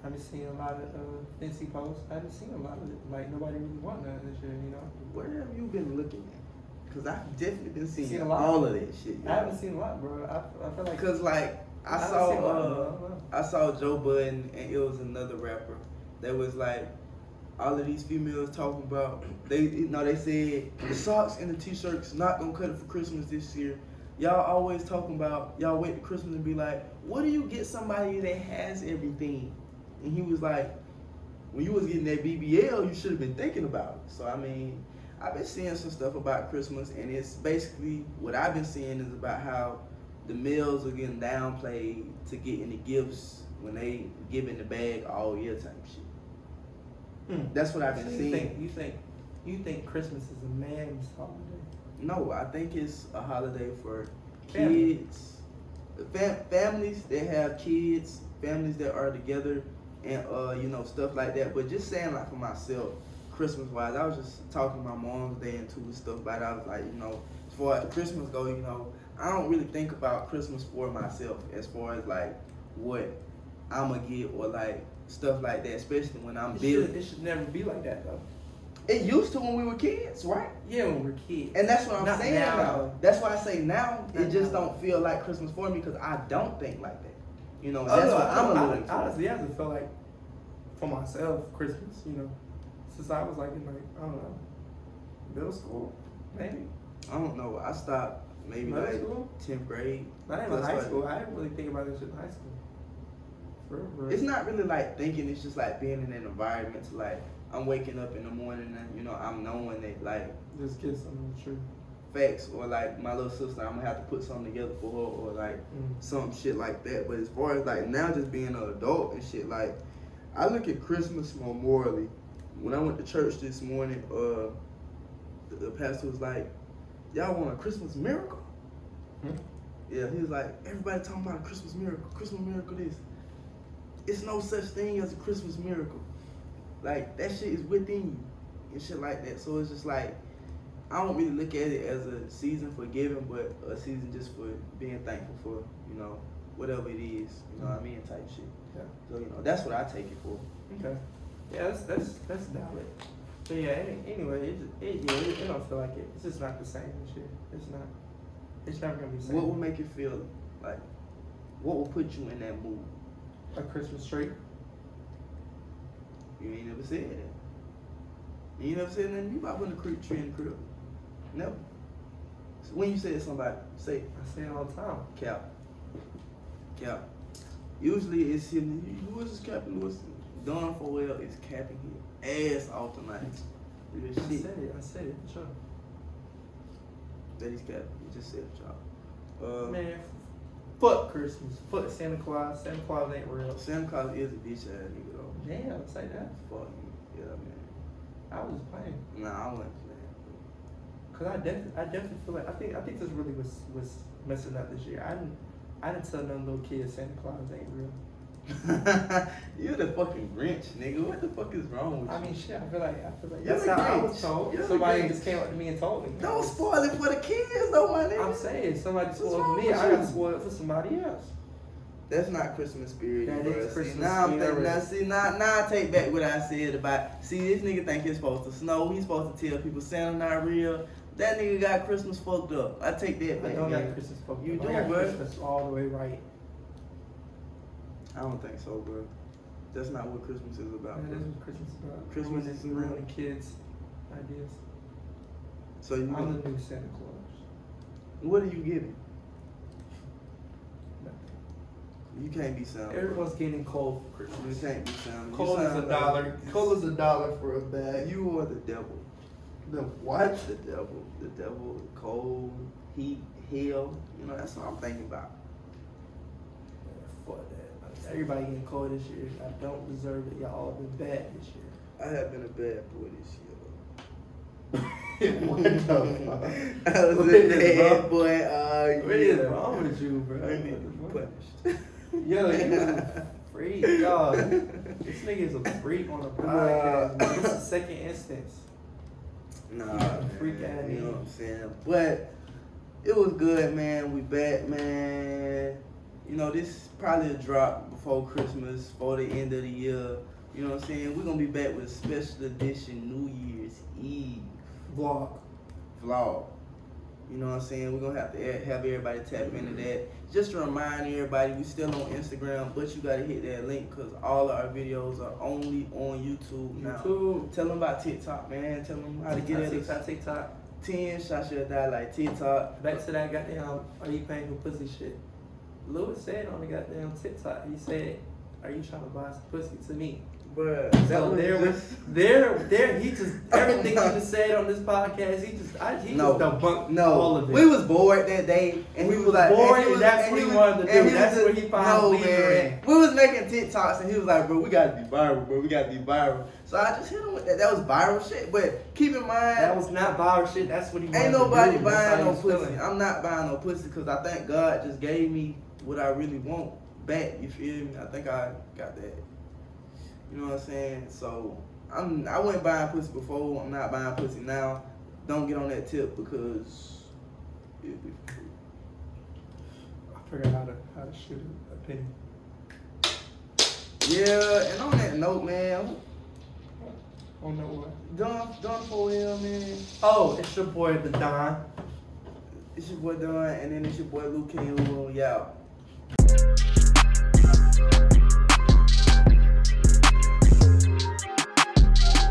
B: I haven't seen a lot of uh, fancy posts. I haven't seen a lot of it. Like nobody really want that this year, you know.
C: Where have you been looking at? Because I've definitely been seeing
B: Seen a lot.
C: all of that shit.
B: I haven't seen a lot, bro. I, I feel like
C: Because, like, I,
B: haven't
C: saw.
B: seen a lot,
C: uh,
B: bro. I don't know.
C: I saw Joe Budden and it was another rapper that was like all of these females talking about they you know they said the socks and the t-shirts not gonna cut it for Christmas this year. Y'all always talking about y'all wait to Christmas and be like, what do you get somebody that has everything? And he was like, when you was getting that BBL, you should have been thinking about it. So I mean, I've been seeing some stuff about Christmas, and it's basically what I've been seeing is about how the males are getting downplayed to getting the gifts when they give in the bag all year type shit.
B: Hmm.
C: That's what I've
B: So
C: been
B: you
C: seeing.
B: think you think you think Christmas is a man's holiday?
C: No, I think it's a holiday for
B: Family.
C: kids, fam- families that have kids, families that are together, and uh, you know stuff like that. But just saying like for myself, Christmas wise, I was just talking to my mom's day and two and stuff about. It. I was like, you know, as far as Christmas go, you know, I don't really think about Christmas for myself as far as like what I'ma get or like stuff like that, especially when I'm
B: It should,
C: building.
B: it should never be like that though.
C: It used to when we were kids, right?
B: Yeah, when we're kids.
C: And that's what I'm
B: Not
C: saying
B: now.
C: now. That's why I say now
B: Not
C: it just
B: now.
C: don't feel like Christmas for me because I don't think like that. You know,
B: Oh,
C: that's
B: no,
C: what
B: I-
C: I'm
B: I-
C: alluding to.
B: Honestly, I just felt like for myself Christmas, you know, since I was like in like I don't know middle school, maybe
C: I don't know. I stopped maybe
B: middle
C: like
B: school.
C: tenth grade.
B: Not even
C: That's
B: high
C: like-
B: school. I didn't really think about this shit in high school. For real, for real.
C: It's not really like thinking. It's just like being in an environment. To like I'm waking up in the morning and you know I'm knowing that like
B: just get something that's true.
C: facts or like my little sister I'm gonna have to put something together for her or like
B: Mm.
C: some shit like that. But as far as like now, just being an adult and shit, like I look at Christmas more morally. When I went to church this morning, uh, the, the pastor was like, "Y'all want a Christmas miracle?"
B: Hmm?
C: Yeah, he was like, "Everybody talking about a Christmas miracle. Christmas miracle this. It's no such thing as a Christmas miracle. Like that shit is within you and shit like that. So it's just like." I don't really look at it as a season for giving, but a season just for being thankful for, you know, whatever it is, you know what I mean, type shit.
B: Yeah.
C: So, you know, that's what I take it for.
B: Okay. Yeah, that's that's that's valid. But yeah, any- anyway, it, just- it, yeah, it, it don't feel like it. It's just not the same this year. It's not. It's never gonna be the same.
C: What will make you feel like, what will put you in that mood?
B: a Christmas tree?
C: You ain't never said that. You ain't never said nothing. You about putting a crib tree in the crib. Never. So when you say it to somebody, say it.
B: I say it all the time.
C: Cap. Cap. Usually it's him. Lewis is capping Lewis. Don Forwell is capping his ass off tonight. Look at
B: I
C: this shit
B: said it. I said it for sure.
C: that he's capping. He just said y'all. Uh,
B: Man, f- Um, fuck Christmas. Fuck Santa Claus. Santa Claus ain't real.
C: Santa Claus is a bitch ass nigga though.
B: Damn, say that.
C: Fuck you. Yeah, man.
B: I was just playing.
C: Nah, I wasn't playing.
B: Cause I definitely, I definitely feel like I think I think this really was was messing up this year. I didn't, I didn't tell none little kids Santa Claus ain't real.
C: You're the fucking Grinch, nigga. What the fuck is wrong with
B: I
C: you?
B: mean, shit. I feel like I feel like
C: You're
B: that's
C: the
B: how I
C: Grinch.
B: was told.
C: You're the
B: Somebody
C: Grinch.
B: just came up to me and told me.
C: don't spoil it for the kids though, my nigga.
B: I'm saying somebody
C: What's
B: spoiled
C: wrong
B: for me.
C: with
B: I
C: you?
B: got spoiled for somebody else.
C: That's not Christmas spirit.
B: That
C: bruh.
B: is
C: See,
B: Christmas
C: now I'm thinking,
B: spirit.
C: now, see, now, now I take back what I said about, see, this nigga think it's supposed to snow. He's supposed to tell people Santa not real. That nigga got Christmas fucked up. I take
B: I
C: that back.
B: don't got
C: man.
B: Christmas fucked
C: You
B: up. I
C: do,
B: got
C: bro.
B: Christmas all the way right.
C: I don't think so, bro. That's not what Christmas is about.
B: Man,
C: bro.
B: that's what Christmas is about.
C: Christmas
B: Ruining-
C: is
B: ruining kids' ideas.
C: So you,
B: I'm the new Santa Claus.
C: what are you giving? You can't be sound.
B: Everyone's getting coal for
C: You
B: Christmas.
C: can't be sound. You
D: Coal is a
C: sound uh,
D: dollar.
C: like-
D: Coal is a dollar for a bag. You
C: You are the devil.
D: the what?
C: The devil. The devil. Cold. Heat. Hell. You know that's what I'm thinking about.
B: Fuck that. Like, Everybody getting coal this year. I don't deserve it. Y'all all been bad this year.
C: I have been a bad boy this year.
D: what the
C: I was
D: Where
C: a
D: is
C: bad
D: wrong-
C: boy all year.
B: What is wrong with you, bro?
C: I need to be
B: What the fuck?
C: punished.
B: Yo, you a freak, y'all. This nigga is a freak on a podcast. man.
C: Nah.
B: This is the second instance.
C: Nah,
B: Yeah, freak
C: man,
B: outta
C: you
B: here.
C: know what I'm saying. But it was good, man. We back, man. You know, this is probably a drop before Christmas, for the end of the year. You know what I'm saying? We're gonna be back with a special edition New Year's Eve
B: Vlog.
C: vlog. You know what I'm saying? We're gonna have to add- have everybody tap into that. Just to remind everybody, we still on Instagram, but you gotta hit that link because all of our videos are only on YouTube now.
B: YouTube.
C: Tell them about TikTok, man. Tell them how to get at us.
B: TikTok, TikTok.
C: 10 shots should die like TikTok.
B: Back to that goddamn, are you paying for pussy shit? Lewis said on the goddamn TikTok, he said, are you trying to buy some pussy to me?
C: Bruh,
B: So there was, there, there, he just, everything he just said on this podcast, he just, I, he
C: No.
B: just debunked
C: no,
B: all of it.
C: we was bored that day, and
B: We
C: he was
B: was
C: like,
B: bored,
C: he
B: and
C: was-
B: that's what
C: he
B: he
C: was-
B: wanted to
C: and
B: do.
C: he
B: That's
C: was
B: where he found
C: no,
B: leader
C: man. We was making TikToks, and he was like, bro, we gotta be viral, bro, we gotta be viral. So I just hit him with that. That was viral shit, but keep in mind,
B: that was not viral shit, that's what he wanted
C: Ain't
B: to
C: nobody
B: do. That's
C: buying
B: how he
C: no
B: was
C: pussy.
B: feeling.
C: I'm not buying no pussy because I think God just gave me what I really want back. You feel me? I think I got that. You know what I'm saying? So I'm. I wasn't buying pussy before. I'm not buying pussy now. Don't get on that tip because. it- it-
B: I forgot how to, how to shoot a penny.
C: Yeah, and on that note, man,
B: Oh, no way.
C: done done for him, man.
B: Oh, it's your boy, the Don.
C: It's your boy Don, and then it's your boy Luke King. We will y'all.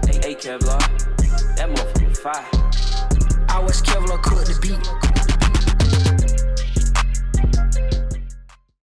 E: Hey, hey, Kevlar, that motherfucker fire.